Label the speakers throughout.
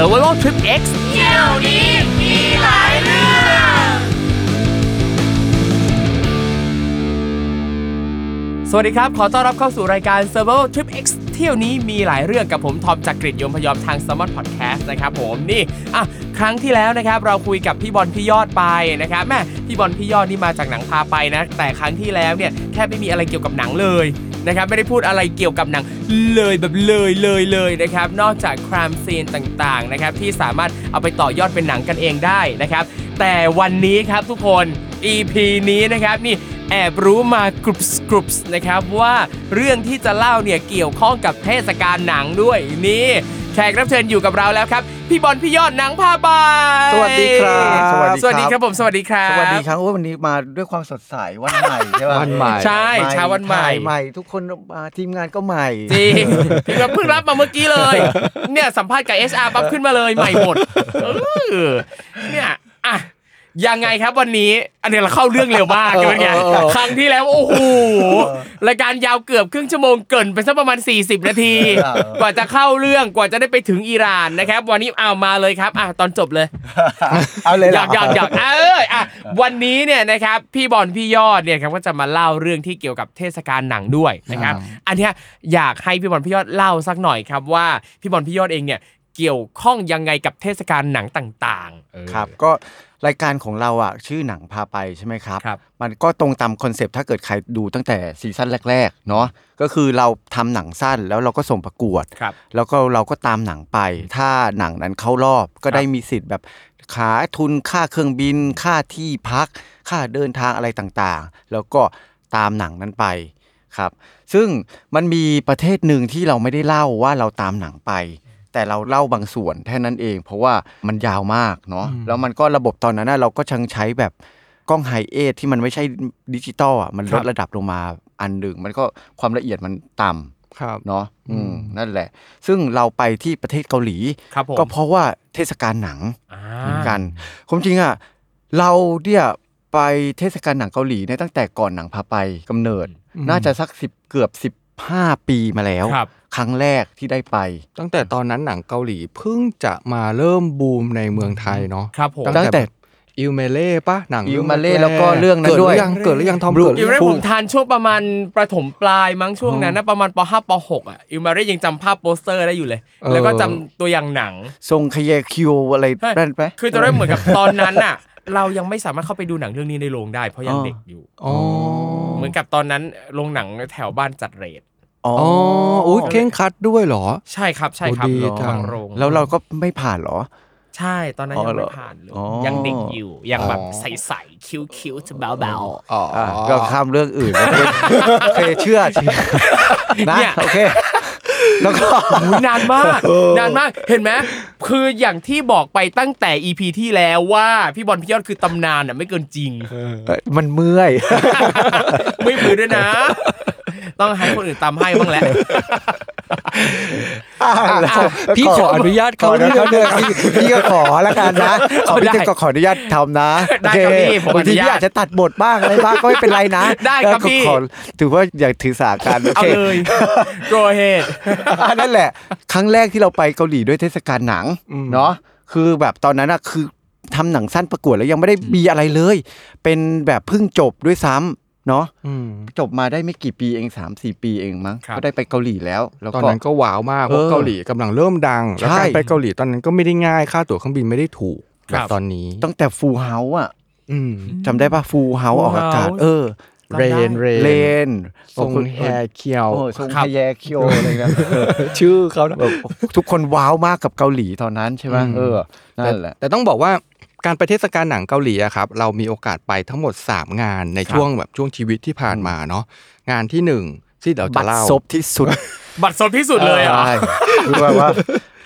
Speaker 1: Survival Trip X สวัสดีครับ ขอต้อนรับเข้าสู่รายการ Survival Trip X เที่ยวนี้มีหลายเรื่องกับผม ทอมจากกรีฑยมพยอมทาง s ม m ร์ Podcast นะครับผมนี่อ่ะครั้งที่แล้วนะครับ เราคุยกับพี่บอลพี่ยอดไปนะครับแม่พี่บอลพี่ยอดนี่มาจากหนังพาไปนะ แต่ครั้งที่แล้วเนี่ยแทบไม่มีอะไรเกี่ยวกับหนังเลยนะครับไม่ได้พูดอะไรเกี่ยวกับหนังเลยแบบเลยเลยเลยนะครับนอกจากครามซีนต่างๆนะครับที่สามารถเอาไปต่อยอดเป็นหนังกันเองได้นะครับ แต่วันนี้ครับทุกคน EP นี้นะครับนี่ แอบรู้มากรุบสกรุบส์นะครับว่าเรื่องที่จะเล่าเนี่ยเกี่ยวข้องกับเทศกาลหนังด้วยนี่แขกรับเชิญอยู่กับเราแล้วครับ พี่บอลพี่ยอดหนังผ้าใบ
Speaker 2: สวัสดีครับ
Speaker 1: ส
Speaker 2: สวั
Speaker 1: วัส
Speaker 2: สดี
Speaker 1: ดี
Speaker 2: ค
Speaker 1: ค
Speaker 2: รับ
Speaker 1: รับผมสวัสดีครับ
Speaker 2: สวัสดีครับโอ้วันนี้มาด้วยความสดใสวันใหม่ใช่ไหม
Speaker 3: วันใหม่
Speaker 1: ใช่เช้าวันใหม่
Speaker 2: ถ่ยใหม่ ทุกคนมาทีมงานก็ใหม่
Speaker 1: จริงพี่ก็เพิ่งรับมาเมื่อกี้เลย เนี่ยสัมภาษณ์กับ HR ปั๊บขึ้นมาเลยใหม่หมดเออเนี่ยอ่ะยังไงครับวันนี้ อันเนี้ยเราเข้าเรื่องเร็วมากเป็นไงครั้งที่แล้วโอ้โหรายการยาวเกือบครึ่งชั่วโมงเกินไปสักประมาณ 40 นาที กว่าจะเข้าเรื่องกว่าจะได้ไปถึงอิหร่านนะครับ วันนี้เอามาเลยครับอ่ะตอนจบเลย
Speaker 2: เอาเลย
Speaker 1: อ
Speaker 2: เหร
Speaker 1: ยากอยากอยากเอออ่ะวันนี้เนี่ยนะครับพี่บอลพี่ยอดเนี่ยครับก็จะมาเล่าเรื่องที่เกี่ยวกับเทศกาลหนังด้วยนะครับ อันเนี้ยอยากให้พี่บอลพี่ยอดเล่าสักหน่อยครับว่าพี่บอลพี่ยอดเองเนี่ยเกี่ยวข้องยังไงกับเทศกาลหนังต่างๆเออ
Speaker 2: ครับก็รายการของเราอ่ะชื่อหนังพาไปใช่ไหมครับ
Speaker 1: ครับ
Speaker 2: มันก็ตรงตามคอนเซปต์ถ้าเกิดใครดูตั้งแต่ซีซั่นแรกๆเนาะก็คือเราทำหนังสั้นแล้วเราก็ส่งประกวด
Speaker 1: ครับ
Speaker 2: แล้วก็เราก็ตามหนังไป ถ้าหนังนั้นเข้ารอบก็ได้มีสิทธิ์แบบขาทุนค่าเครื่องบิน ค่าที่พัก ค่าเดินทางอะไรต่างๆ แล้วก็ตามหนังนั้นไปครับซึ่งมันมีประเทศหนึ่งที่เราไม่ได้เล่าว่าเราตามหนังไป แต่เราเล่าบางส่วนแค่นั้นเอง เพราะว่ามันยาวมากเนาะแล้วมันก็ระบบตอนนั้นนะเราก็ชังใช้แบบกล้องไฮเอทที่มันไม่ใช่ดิจิตอลอ่ะมัน
Speaker 1: ค
Speaker 2: ล
Speaker 1: รั
Speaker 2: ด
Speaker 1: บ
Speaker 2: ระดับลงมาอันหนึ่งมันก็ความละเอียดมันต่ำ
Speaker 3: ครับ
Speaker 2: เนาะอื
Speaker 3: อื
Speaker 2: ม
Speaker 3: ม
Speaker 2: นั่นแหละ ซึ่งเราไปที่ประเทศเกาหลี
Speaker 1: ครับผม
Speaker 2: ก็เพราะว่าเทศกาลหนัง
Speaker 1: อ่า
Speaker 2: เหมือนกันความจริงอ่ะเราเนี่ยไปเทศกาลหนังเกาหลีในยตั้งแต่ก่อนหนังพาไปกำเนิด
Speaker 3: อืม
Speaker 2: น่าจะสักสิบเกือบสิบห้าปีมาแล้ว
Speaker 1: ครับ
Speaker 2: ครั้งแรกที่ได้ไป
Speaker 3: ตั้งแต่ตอนนั้นหนังเกาหลีเพิ่งจะมาเริ่มบูมในเมืองไทยเนาะ
Speaker 1: ครับผม
Speaker 2: ตั้งแต่
Speaker 3: อิวเมเล่ปะหนัง
Speaker 2: อิว
Speaker 3: รื่อง
Speaker 2: เมเล่
Speaker 3: แร
Speaker 2: แล้วก็เรื่องนั้นด้วย
Speaker 3: เกิดหรือยังเกิดหรือยังทอมเกิดหรื
Speaker 1: อิวเม
Speaker 3: อยัง
Speaker 1: เร่ผมทานช่วงประมาณประถมปลายมั้งช่วงนั้นนะประมาณป .5 ป .6 อ่ะอิวเมเร่ยังจำภาพโปสเตอร์ได้อยู่เลย แล้วก็จำตัวอย่างหนัง
Speaker 2: ทรงคเยคิวอะไร
Speaker 1: ใช่
Speaker 2: นั่นไหม
Speaker 1: คือจะได้เหมือนกับตอนนั้นน่ะ เรายังไม่สามารถเข้าไปดูหนังเรื่องนี้ในโรงได้เพราะยัง
Speaker 2: อ๋อ
Speaker 1: เด็กอยู่
Speaker 3: อ๋อ
Speaker 1: เหมือนกับตอนนั้นโรงหนังแถวบ้านจัดเรท
Speaker 2: อ๋อ
Speaker 3: อ๋ออุ้ยเคร่งครัดด้วยเหรอ
Speaker 1: ใช่ครับใช่ครับ
Speaker 3: โอ้ดีจัง
Speaker 1: บางโรง
Speaker 2: แล้วเราก็ไม่ผ่านเหรอ
Speaker 1: ใช่ตอนนั้น
Speaker 2: อ๋อ
Speaker 1: ยัง
Speaker 2: เหร
Speaker 1: ไม่
Speaker 2: อ
Speaker 1: ผ่านเลย
Speaker 2: อ๋อ
Speaker 1: ยังเด็กอยู่ ยังแบบ
Speaker 3: อ๋อ
Speaker 1: ใสๆคิ้วๆเบาๆ
Speaker 3: อ๋อ
Speaker 2: อ่ะก็ข้ามเรื่องอื่น นะโอเคเชื่อเชื่อนะ
Speaker 1: เนี่ย
Speaker 2: โอเค แล้วก็
Speaker 1: อุ๊ยนานมากนานมากเห็นไหมคืออย่างที่บอกไปตั้งแต่ EP ที่แล้วว่าพี่บอลพี่ยอดคือตำนานอ่ะไม่เกินจริง
Speaker 2: มันเมื่อย
Speaker 1: ไม่มือด้วยนะ ต้องให้คนอื่นตามให้บ้างแหละ
Speaker 3: พี่ขออนุญาตเขา
Speaker 2: ขอ
Speaker 3: เรื่
Speaker 2: นะ
Speaker 3: อ
Speaker 2: ครับ
Speaker 3: ง
Speaker 2: เรื่องพี่พี่ก็ขอละกันนะขอพี่
Speaker 1: ได้
Speaker 2: ก็ขออนุญาตทำนะ
Speaker 1: ได้
Speaker 2: โอ
Speaker 1: ครับ
Speaker 2: เค
Speaker 1: พี่ผม
Speaker 2: บางที
Speaker 1: อนุญาต
Speaker 2: พี่อาจจะตัดบทบ้างอะไรบ้างก็ไม่เป็นไรนะ
Speaker 1: ได้ครับ
Speaker 2: แล้วก็
Speaker 1: พี่
Speaker 2: ขอถือว่าอย่าถือสาการโอ
Speaker 1: เอา
Speaker 2: เค
Speaker 1: เลยโกรเฮด
Speaker 2: อ่ะนั่นแหละ ครั้งแรกที่เราไปเกาหลีด้วยเทศกาลหนังเนาะคือแบบตอนนั้นอะคือทำหนังสั้นประกวดแล้วยังไม่ได้มีอะไรเลย เป็นแบบเพิ่งจบด้วยซ้ำ เนาะ
Speaker 3: อืม
Speaker 2: จบมาได้ไม่กี่ปีเอง3าสี่ปีเองมั้ง
Speaker 1: ครับ
Speaker 2: ก็ได้ไปเกาหลีแล้ว แล้ว
Speaker 3: ตอน
Speaker 2: ก็
Speaker 3: นั้นก็ว้าวมากเพราะ
Speaker 2: เออ
Speaker 3: เกาหลีกำลังเริ่มดัง แล้ว
Speaker 2: ใช่
Speaker 3: การไปเกาหลีตอนนั้นก็ไม่ได้ง่ายค่าตั๋วเครื่องบินไม่ได้ถูกแบบตอนนี้
Speaker 2: ตั้งแต่ฟูเฮาอ่ะ
Speaker 3: อืม
Speaker 2: จำได้ปะฟูเฮา
Speaker 1: Full
Speaker 2: ออกอากาศ
Speaker 1: House
Speaker 2: เออ
Speaker 1: จำได้
Speaker 3: Rain Rain
Speaker 2: เลน
Speaker 3: ทรงแฮร์เคียว
Speaker 2: โอ้ทรง
Speaker 1: ครับ
Speaker 2: แฮร์เคียวอะไรเงี้ย
Speaker 3: ชื่อเขานะ
Speaker 2: แบบทุกคนว้าวมากกับเกาหลีตอนนั้นใช่ไหม
Speaker 3: อืม
Speaker 2: เออ นั่นแหละ
Speaker 3: ต่ต้องบอกว่าการไปเทศกาลหนังเกาหลีอะครับ เรามีโอกาสไปทั้งหมด 3 งานใน
Speaker 1: ครับ
Speaker 3: ช่วงแบบช่วงชีวิตที่ผ่านมาเนาะงานที่หนึ่งที่เดี๋ยว
Speaker 2: บั
Speaker 3: จะ
Speaker 2: ตร
Speaker 3: เล่า
Speaker 2: ซบที่สุด
Speaker 1: บัตรสดที่สุดเลยเหรอ่ะ
Speaker 2: ใช่คือแบบว่า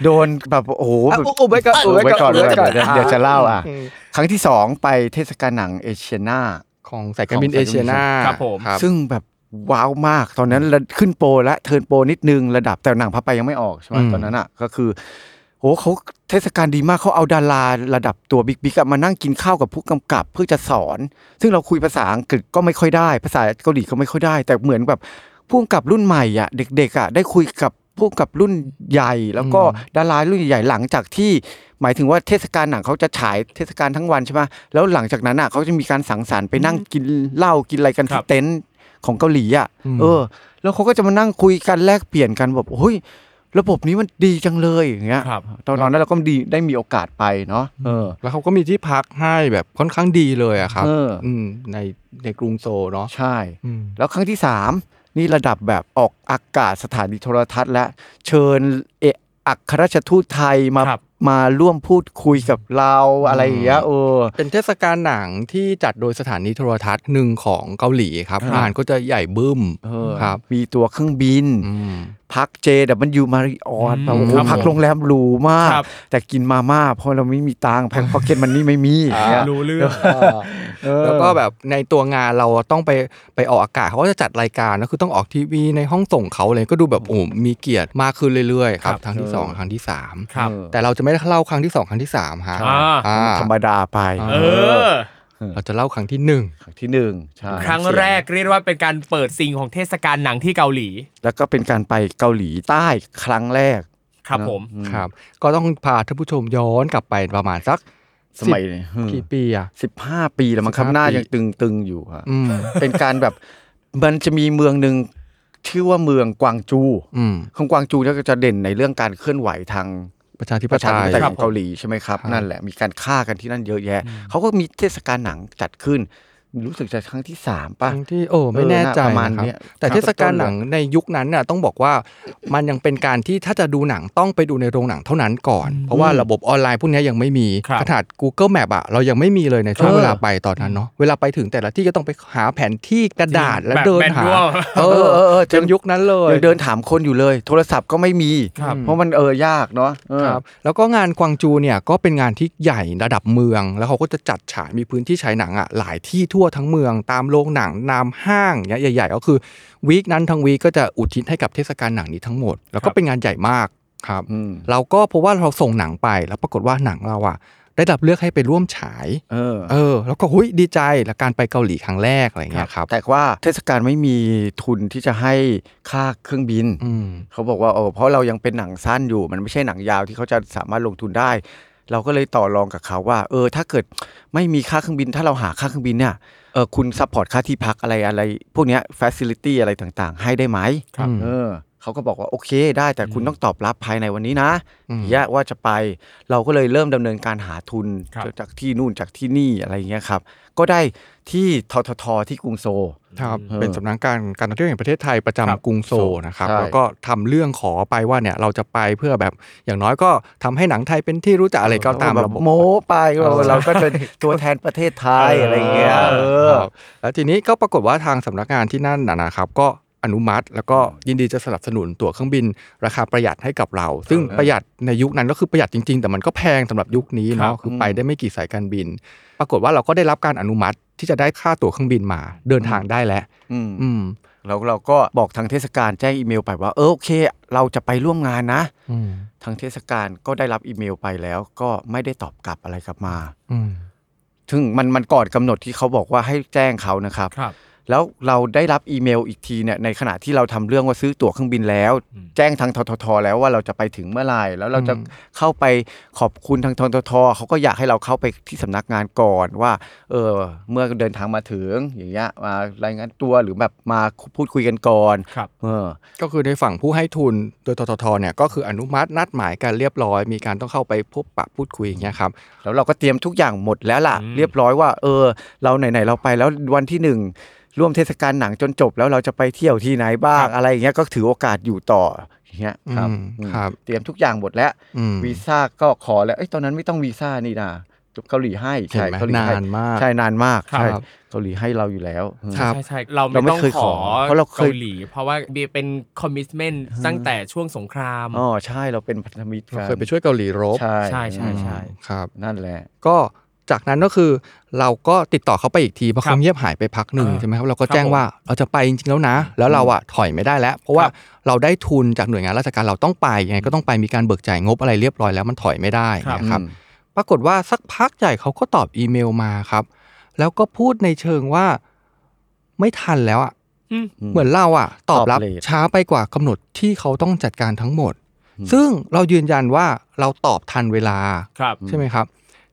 Speaker 2: โดนแบบโอ้โห
Speaker 3: อ่ะ
Speaker 2: แบบ
Speaker 3: โอ้ไว้ก่อน
Speaker 2: โอ้
Speaker 3: โอ้
Speaker 2: ไว้
Speaker 3: ไว้ก่
Speaker 2: ก่อ
Speaker 3: อนน
Speaker 2: ไว้ก่อน
Speaker 3: โอ้ไว้ก่อน
Speaker 2: เดี๋ยวจะเล่าอ่ะ
Speaker 3: อืม
Speaker 2: ครั้งที่สองไปเทศกาลหนังเอเชียนา
Speaker 3: ของสายการบิน
Speaker 2: ของ
Speaker 3: เอ
Speaker 2: สายการบิน
Speaker 3: เชียนา
Speaker 1: ครับผม
Speaker 2: ซึ่งแบบว้าวมากตอนนั้นระขึ้นโปรและเทิร์นโปรนิดนึงระดับแต่หนังพระไปยังไม่ออกใช่ไหมตอนนั้นอ่ะก็คือโอ้เขาเทศกาลดีมากเขาเอาดาราระดับตัวบิ๊กบิ๊กมานั่งกินข้าวกับผู้กำกับเพื่อจะสอน ซึ่งเราคุยภาษาอังกฤษก็ไม่ค่อยได้ ภาษาเกาหลีก็ไม่ค่อยได้ แต่เหมือนแบบผู้กำกับรุ่นใหม่อ่ะเด็กๆอ่ะได้คุยกับผู้กำกับรุ่นใหญ่ แล้วก็ดารารุ่นใหญ่หลังจากที่ หมายถึงว่าเทศกาลหนังเขาจะฉายเทศกาลทั้งวันใช่ไหมแล้วหลังจากนั้นอ่ะเขาจะมีการสังสรรค์ไปนั่งกินเหล้ากินอะไรกัน
Speaker 1: ครับ
Speaker 2: ที่เต็นท์ ของเกาหลีอ่ะ เออ แล้วเขาก็จะมานั่งคุยกันแลกเปลี่ยนกันแบบเฮ้ย ระบบนี้มันดีจังเลยอย่างเงี้ย
Speaker 1: ครับ
Speaker 2: ตอนนั้นเราก็ดีได้มีโอกาสไปเนาะ เออ
Speaker 3: แล้วเขาก็มีที่พักให้แบบค่อนข้างดีเลยอะครับ
Speaker 2: เออ
Speaker 3: มในในกรุงโซลเนาะ
Speaker 2: ใช่
Speaker 3: อืม
Speaker 2: แล้วครั้งที่สามนี่ระดับแบบออกอากาศสถานีโทรทัศน์ และเชิญเอกอัครราชทูตไทยมา
Speaker 1: ครับ
Speaker 2: มาร่วมพูดคุยกับเราอะไรอย่างเงี้ยเออ
Speaker 3: เป็นเทศกาลหนังที่จัดโดยสถานีโทรทัศน์หนึ่งของเกาหลีครับ
Speaker 2: ครับ
Speaker 3: งานก็จะใหญ่บึ้ม
Speaker 2: เออ
Speaker 3: ครับ
Speaker 2: มีตัวเครื่องบิน
Speaker 3: อืม
Speaker 2: พักเจดับมันอยู่มาริออนแบบโอ้โห
Speaker 1: ครับผม
Speaker 2: พักโรงแรมหรูมาก
Speaker 1: ครับ
Speaker 2: แต่กินมาม่าเพราะเราไม่มีตั งค์แพ็คพ็อกเก็ตมันนี่ไม่มีอย่างเงี้ย
Speaker 1: รู้เรื่อง
Speaker 2: เออ
Speaker 3: แล้วก็แบบในตัวงานเราต้องไปไปออกอากาศเขาก็จะจัดรายการก็คือต้องออกทีวีในห้องส่งเขาเลยก็ดูแบบโอ้มีเกียรติมากขึ้นเรื่อยๆครับ
Speaker 1: ครับ
Speaker 3: ครั้งที่สองครั้งที่สาม
Speaker 1: ครับ
Speaker 3: แต่เราจะไม่ได้เล่าครั้งที่สองครั้งที่สามฮะ
Speaker 1: อ่า
Speaker 3: อ่า
Speaker 2: ธรรมดาไป
Speaker 1: เออ
Speaker 3: เราจะเล่าครั้งที่หนึ่ง
Speaker 2: ครั้งที่หนึ่งใช่
Speaker 1: ครั้งแรกเรียกได้ว่าเป็นการเปิดซิงของเทศกาลหนังที่เกาหลี
Speaker 2: แล้วก็เป็นการไปเกาหลีใต้ครั้งแรก
Speaker 1: ครับ
Speaker 2: เนอะ
Speaker 1: ผม
Speaker 3: ครับ ก็ต้องพาท่านผู้ชมย้อนกลับไปประมาณสัก
Speaker 2: สมัย
Speaker 3: กี่ปีอะ
Speaker 2: สิบห้าปีแล้วมั้งครับ
Speaker 3: 15
Speaker 2: หน้า
Speaker 3: ปี
Speaker 2: ยังตึงๆอยู่อะ
Speaker 3: อืม
Speaker 2: เป็นการแบบมันจะมีเมืองหนึ่งชื่อว่าเมืองกวางจู
Speaker 3: อืม
Speaker 2: ของกวางจูเนี่ยก็จะเด่นในเรื่องการเคลื่อนไหวทาง
Speaker 3: ประชาธิป
Speaker 2: ประ
Speaker 3: ไต
Speaker 2: ชาธิป
Speaker 3: ย
Speaker 2: ไตย
Speaker 1: ค
Speaker 2: ข
Speaker 1: รั
Speaker 2: อบ งเกาหลีใช่ไหมครับ
Speaker 3: ครับ
Speaker 2: นั่นแหละมีการฆ่ากันที่นั่นเยอะแยะ เขาก็มีเทศกาลหนังจัดขึ้น รู้สึกจะครั้งที่สามป่ะ
Speaker 3: ทั้งที่โอ้ไม่
Speaker 2: เออ
Speaker 3: แน่ใจ
Speaker 2: น่าประมาณ
Speaker 3: นะครับ
Speaker 2: เนี้ย
Speaker 3: แต่
Speaker 2: ครับ
Speaker 3: เทศกาลหนังในยุคนั้นน่ะต้องบอกว่ามันยังเป็นการที่ถ้าจะดูหนังต้องไปดูในโรงหนังเท่านั้นก่อน เพราะว่าระบบออนไลน์พวกเนี้ยยังไม่มี
Speaker 1: ครับ
Speaker 3: ขนาด Google Map อะเรายังไม่มีเลยในช่วง
Speaker 2: เออ
Speaker 3: เวลาไปตอนนั้นเนาะเวลาไปถึงแต่ละที่ก็ต้องไปหาแผนที่กระดาษและ
Speaker 1: แบบ
Speaker 3: เดิน
Speaker 1: แมน
Speaker 3: หา
Speaker 1: ดวล
Speaker 3: เออเออเออจนยุคนั้นเลย
Speaker 2: ยังเดินถามคนอยู่เลย โทรศัพท์ก็ไม่มี
Speaker 1: ครับ
Speaker 2: เพราะมันเออยากเนาะเออ
Speaker 3: ครับแล้วก็งานกวางจูเนี่ยก็เป็นงานที่ใหญ่ระดับเมือง แล้วเขาก็จะจัดฉายมีพื้นที่ฉายหนังอ่ะหลายที่ทั่วทั้งเมือง ตามโรงหนังตามห้างเนี่ยใหญ่ๆก็คือวีคนั้นทั้งวีคก็จะอุทิศให้กับเทศกาลหนังนี้ทั้งหมด แล้วก็เป็นงานใหญ่มากครับ
Speaker 2: อืม
Speaker 3: เราก็เพราะว่าเราส่งหนังไปแล้วปรากฏว่าหนังเราอ่ะได้รับเลือกให้ไปร่วมฉาย
Speaker 2: เออ
Speaker 3: เออ แล้วก็หุยดีใจและการไปเกาหลีครั้งแรกอะไรเงี้ยครับ
Speaker 2: แต่ว่าเทศกาลไม่มีทุนที่จะให้ค่าเครื่องบิน
Speaker 3: อืม
Speaker 2: เขาบอกว่าเออเพราะเรายังเป็นหนังสั้นอยู่ มันไม่ใช่หนังยาวที่เขาจะสามารถลงทุนได้ เราก็เลยต่อรองกับเขาว่า เออ ถ้าเกิดไม่มีค่าเครื่องบิน ถ้าเราหาค่าเครื่องบินเนี่ยเออคุณซัพพอร์ตค่าที่พักอะไรอะไร พวกเนี้ยฟ a ซิลิตี้อะไรต่างๆ ให้ได้ไหม
Speaker 3: ครับ
Speaker 2: เออเขาก็บอกว่าโอเคได้แต่คุณต้องตอบรับภายในวันนี้นะ
Speaker 3: อืม
Speaker 2: แยกว่าจะไป เราก็เลยเริ่มดำเนินการหาทุน
Speaker 1: ครับ
Speaker 2: จากที่นู่นจากที่นี่อะไรอย่างเงี้ยครับ ก็ได้ที่ทททที่กรุงโซล
Speaker 3: ครับ
Speaker 2: เออ
Speaker 3: เป็นสำนักการการท่องเที่ยวแห่งประเทศไทยประจำ
Speaker 1: ครับ
Speaker 3: กรุงโซลนะครับ
Speaker 2: ใช่
Speaker 3: แล้วก็ทำเรื่องขอไปว่าเนี่ยเราจะไปเพื่อแบบอย่างน้อยก็ทำให้หนังไทยเป็นที่รู้จักอะไรก็ตาม
Speaker 2: แบบ
Speaker 3: ระบบ
Speaker 2: โม้ไปเรา
Speaker 3: ออ
Speaker 2: เราก็เป็นตัวแทนประเทศไทยอะไรอย่างเงี้ยเออ
Speaker 3: ครับแล้วทีนี้ก็ปรากฏว่าทางสำนักงานที่นั่นนะนะครับ ก็อนุมัติแล้วก็ยินดีจะสนับสนุนตั๋วเครื่องบินราคาประหยัดให้กับเรา ซึ่งประหยัดในยุคนั้นก็คือประหยัดจริงๆ แต่มันก็แพงสำหรับยุคนี้เนาะคือไปได้ไม่กี่สายการบิน ปรากฏว่าเราก็ได้รับการอนุมัติที่จะได้ค่าตั๋วเครื่องบินมาเดินทางได้แล้ว
Speaker 2: อืม
Speaker 3: อืม
Speaker 2: แล้วเราก็บอกทางเทศกาลแจ้งอีเมลไปว่าเออโอเค เราจะไปร่วมงานนะ
Speaker 3: อืม
Speaker 2: ทางเทศกาลก็ได้รับอีเมลไปแล้วก็ไม่ได้ตอบกลับอะไรกลับมา
Speaker 3: อืม
Speaker 2: ถึงมันมันก่อนกำหนดที่เขาบอกว่าให้แจ้งเขานะครับ
Speaker 1: ครับ
Speaker 2: แล้วเราได้รับอีเมลอีกทีเนี่ยในขณะที่เราทำเรื่องว่าซื้อตั๋วเครื่องบินแล้ว แจ้งทางทททแล้วว่าเราจะไปถึงเมื่อไหร่แล้วเราจะ
Speaker 3: อืม
Speaker 2: เข้าไปขอบคุณทางทททเขาก็อยากให้เราเข้าไปที่สำนักงานก่อนว่า เออเมื่อเดินทางมาถึงอย่างเงี้ยมารายงานตัวหรือแบบมาพูดคุยกันก่อน
Speaker 1: ครับ
Speaker 2: เออ
Speaker 3: ก็คือในฝั่งผู้ให้ทุนโดยทททเนี่ยก็คืออนุมัตินัดหมายกันเรียบร้อย มีการต้องเข้าไปพบปะพูดคุยอย่างเงี้ยครับ
Speaker 2: แล้วเราก็เตรียมทุกอย่างหมดแล้วล่ะ
Speaker 1: อืม
Speaker 2: เรียบร้อยว่า เออ เราไหนๆเราไปแล้ววันที่หนึ่งร่วมเทศกาลหนังจนจบ แล้วเราจะไปเที่ยวที่ไหนบ้าง
Speaker 3: ครับ
Speaker 2: อะไรอย่างเงี้ยก็ถือโอกาสอยู่ต่ออย่างเงี้ยครับ
Speaker 3: อืม
Speaker 2: อืม
Speaker 3: ครับ
Speaker 2: เตรียมทุกอย่างหมดแล้ว
Speaker 3: อืม
Speaker 2: วีซ่าก็ขอแล้วเอ้ยตอนนั้นไม่ต้องวีซ่านี่นะเกาหลีให้
Speaker 3: เห็น
Speaker 2: ใช่
Speaker 3: ไหม
Speaker 2: เกาหลี
Speaker 3: นา
Speaker 2: ให้
Speaker 3: นมาก
Speaker 2: ใช่นานมาก
Speaker 3: ครับ
Speaker 2: ใช่เกาหลีให้เราอยู่แล้วอืม
Speaker 3: ครับ
Speaker 1: ใช่ใช่เราไม่
Speaker 2: เราไม่
Speaker 1: ต้อง
Speaker 2: เคย
Speaker 1: ข
Speaker 2: ข
Speaker 1: อ
Speaker 2: อเพราะเราเคย
Speaker 1: เกาหลี เพราะว่าเป็นคอมมิชเมนต์ตั้งแต่ช่วงสงคราม
Speaker 2: อ๋อใช่เราเป็นพันธมิตร
Speaker 3: เรา
Speaker 2: กัน
Speaker 3: เคยไปช่วยเกาหลีรบ
Speaker 2: ใช่
Speaker 1: ใช่ใช่ใช่
Speaker 3: ครับ
Speaker 2: นั่นแหละ
Speaker 3: ก็จากนั้นก็คือเราก็ติดต่อเขาไปอีกทีเพราะ
Speaker 1: ครับ
Speaker 3: เขาเงียบหายไปพักหนึ่ง
Speaker 1: อ่า
Speaker 3: ใช่ไหมครับเราก็
Speaker 1: ครับ
Speaker 3: แจ้งว่าเราจะไปจริงๆแล้วนะ แล้วเราอะถอยไม่ได้แล้ว เพราะว่า
Speaker 1: ครับ
Speaker 3: เราได้ทุนจากหน่วยงานราชการเราต้องไปยังไงก็ต้องไปมีการเบิกจ่ายงบอะไรเรียบร้อยแล้วมันถอยไม่ได้
Speaker 1: ครับ
Speaker 3: นะครับ ปรากฏว่าสักพักใหญ่เขาก็ตอบอีเมลมาครับ แล้วก็พูดในเชิงว่าไม่ทันแล้วอะ
Speaker 1: อืม
Speaker 3: เหมือนเราอะตอบรั
Speaker 2: ต
Speaker 3: บ
Speaker 2: อบเลท
Speaker 3: ช้าไปกว่ากำหนดที่เขาต้องจัดการทั้งหมด ซึ่งเรายืนยันว่าเราตอบทันเวลา
Speaker 1: ครับ
Speaker 3: ใช่ไหมครับ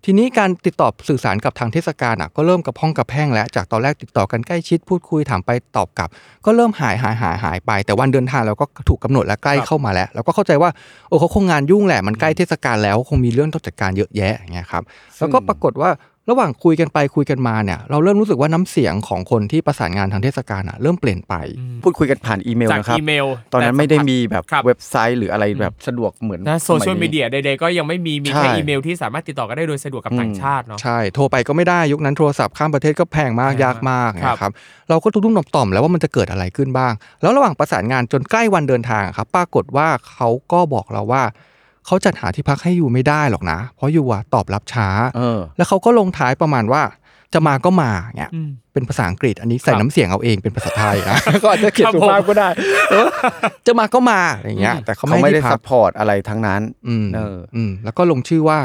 Speaker 3: ทีนี้การติดต่อสื่อสารกับทางเทศกาลอ่ะก็เริ่มกับห้องกับแห้งแล้ว จากตอนแรกติดต่อกันใกล้ชิดพูดคุยถามไปตอบกลับ ก็เริ่มหายหายหายหายไป แต่วันเดินทางเราก็ถูกกำหนดและใกล้เข้ามาแล้วเราก็เข้าใจว่าโอ้เขาคงงานยุ่งแหละมันใกล้เทศกาลแล้วคงมีเรื่องต้องจัดการเยอะแยะอย่างเงี้ยครับแล้วก็ปรากฏว่าระหว่างคุยกันไปคุยกันมาเนี่ยเราเริ่มรู้สึกว่าน้ำเสียงของคนที่ประสานงานทางเทศกาลอ่ะเริ่มเปลี่ยนไป
Speaker 2: พูดคุยกันผ่านอีเมล
Speaker 1: จาก
Speaker 2: นะครับ
Speaker 1: อีเมล
Speaker 2: ตอนนั้นไม่ได้มีแบบ
Speaker 1: ครับ
Speaker 2: เว็บไซต์หรืออะไรแบบสะดวกเหมือน
Speaker 1: นะโซเชียล
Speaker 2: ส
Speaker 1: มี
Speaker 2: นี้
Speaker 1: เดียใดๆก็ยังไม่มี มี
Speaker 2: ใช่
Speaker 1: แค่อีเมลที่สามารถติดต่อกันได้โดยสะดวกกับต่าง
Speaker 2: อืม
Speaker 1: ชาติเนาะ
Speaker 3: ใช่ โทรไปก็ไม่ได้ยุคนั้นโทรศัพท์ข้ามประเทศก็แพงมาก
Speaker 1: แพงมาก
Speaker 3: ยากมาก
Speaker 1: ครับ
Speaker 3: นะครับ เราก็ตุ้มๆต่อมๆแล้วว่ามันจะเกิดอะไรขึ้นบ้าง แล้วระหว่างประสานงานจนใกล้วันเดินทางอะครับ ปรากฏว่าเขาก็บอกเราว่า เขาจัดหาที่พักให้อยู่ไม่ได้หรอกนะ เพราะอยู่อะตอบรับช้า
Speaker 2: เออ
Speaker 3: แล้วเขาก็ลงท้ายประมาณว่า จะมาก็มาเนี่ย
Speaker 1: อืม
Speaker 3: เป็นภาษาอังกฤษ อันนี้ใส่
Speaker 1: ครับ
Speaker 3: น้ำเสียงเอาเองเป็นภาษาไทยนะ ก็อาจจะเขียนสุภาพก็ได้เออจะมาก็มาอย่างเงี้ย แต่เขา
Speaker 2: เขา
Speaker 3: ไม่
Speaker 2: ไม่
Speaker 3: ได้
Speaker 2: ได้
Speaker 3: พั
Speaker 2: ซั
Speaker 3: ก
Speaker 2: พพอร์ตอะไรทั้งนั้น
Speaker 3: อืม
Speaker 2: เออ
Speaker 3: อืมแล้วก็ลงชื่อว่า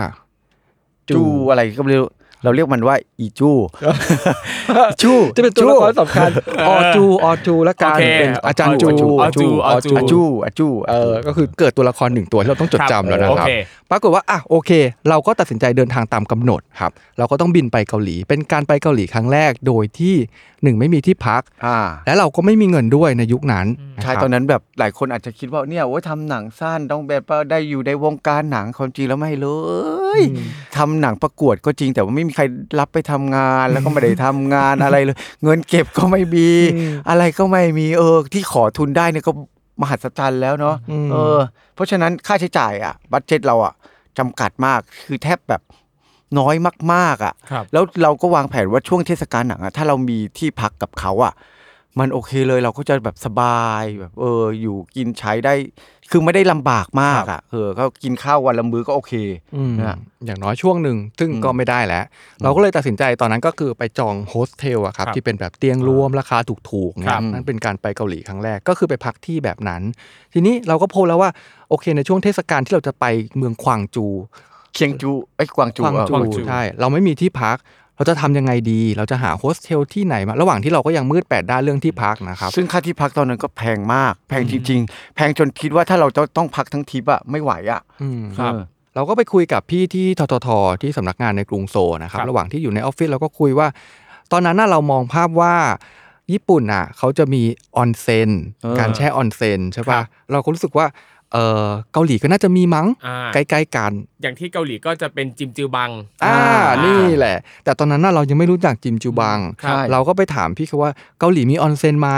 Speaker 3: จู
Speaker 2: จูอะไรก็ไม่รู้เราเรียกมันว่าอีจู จู
Speaker 3: จะเป็นตัวละครสำคัญออจูออจูละกัน
Speaker 1: โอเค
Speaker 3: เป็นอาจารย์จู
Speaker 1: ออจูออจู
Speaker 2: อาจูอาจู
Speaker 3: เออก็คือเกิดตัวละครหนึ่งตัวที่เราต้องจดจำแล้วนะ
Speaker 1: โอ
Speaker 3: ครับ
Speaker 1: เค
Speaker 3: ปรากฏว่าอ่ะโอเค เราก็ตัดสินใจเดินทางตามกำหนดครับ เราก็ต้องบินไปเกาหลี เป็นการไปเกาหลีครั้งแรกโดยที่หนึ่งไม่มีที่พัก
Speaker 2: อ่า
Speaker 3: และเราก็ไม่มีเงินด้วยในยุคนั้น
Speaker 2: ใช่ตอนนั้นแบบหลายคนอาจจะคิดว่าเนี่ยโอ้ยทำหนังสั้นต้องแบบว่าได้อยู่ในวงการหนังความจริงแล้วไม่เลยทำหนังประกวดก็จริง แต่ว่าไม่มีใครรับไปทำงานแล้วก็ไม่ได้ทำงานอะไรเลย เงินเก็บก็ไม่มี อะไรก็ไม่มีเออ ที่ขอทุนได้เนี่ยก็มหัศจรรย์แล้วเนาะ
Speaker 3: ม
Speaker 2: เออเพราะฉะนั้นค่าใช้จ่ายอ่ะบัตเจ็ตเราอ่ะจำกัดมากคือแทบแบบน้อยมากๆอ่ะ
Speaker 1: ครับ
Speaker 2: แล้วเราก็วางแผนว่าช่วงเทศกาลหนังอ่ะถ้าเรามีที่พักกับเขาอ่ะ มันโอเคเลยเราก็จะแบบสบายแบบเอออยู่กินใช้ได้ คือไม่ได้ลำบากมากอ่ะเออก็กินข้าววันละมื้อก็โอเค
Speaker 3: อืม
Speaker 2: นะ
Speaker 3: อย่างน้อยช่วงหนึ่งซึ่งก็ไม่ได้แล้ว เราก็เลยตัดสินใจตอนนั้นก็คือไปจองโฮสเทลอะครับ
Speaker 1: ครับ
Speaker 3: ที่เป็นแบบเตียงรวมราคาถูกๆ
Speaker 1: ค
Speaker 3: เนี่
Speaker 1: รั
Speaker 3: ย
Speaker 1: บ
Speaker 3: นั่นเป็นการไปเกาหลีครั้งแรกก็คือไปพักที่แบบนั้น ทีนี้เราก็พบแล้วว่าโอเคในช่วงเทศกาลที่เราจะไปเมืองควางจู
Speaker 2: เคียงจูไอ้ยกวางจู
Speaker 3: ควางจู
Speaker 2: เออ
Speaker 3: ใช่เราไม่มีที่พัก เราจะทำยังไงดี เราจะหาโฮสเทลที่ไหนมาระหว่างที่เราก็ยังมืดแปดด้านเรื่องที่พักนะครับ
Speaker 2: ซึ่งค่าที่พักตอนนั้นก็แพงมาก แพงจริง ๆ แพงจนคิดว่าถ้าเราจะต้องพักทั้งทริปอ่ะไม่ไหวอ่ะ
Speaker 3: อืม
Speaker 1: ครับ
Speaker 3: เออเราก็ไปคุยกับพี่ที่ทททที่สำนักงานในกรุงโซลนะครับ
Speaker 1: ครับ
Speaker 3: ระหว่างที่อยู่ในออฟฟิศเราก็คุยว่า ตอนนั้นน่ะเรามองภาพว่าญี่ปุ่นน่ะเขาจะมีออนเซน
Speaker 2: เออ
Speaker 3: การแช่ออนเซนใช่
Speaker 1: ครั
Speaker 3: ป่ะ
Speaker 1: บ
Speaker 3: เราก็รู้สึกว่าเออเกาหลีก็น่าจะมีมั้ง
Speaker 1: อ่า
Speaker 3: ใกล้ๆกัน
Speaker 1: อย่างที่เกาหลีก็จะเป็นจิมจือบัง
Speaker 3: อ่า
Speaker 2: อ่า
Speaker 3: นี่แหละ แต่ตอนนั้นน่ะเรายังไม่รู้จักจิมจูบัง
Speaker 2: ครับ
Speaker 3: เราก็ไปถามพี่เขาว่าเกาหลีมีออนเซนไหม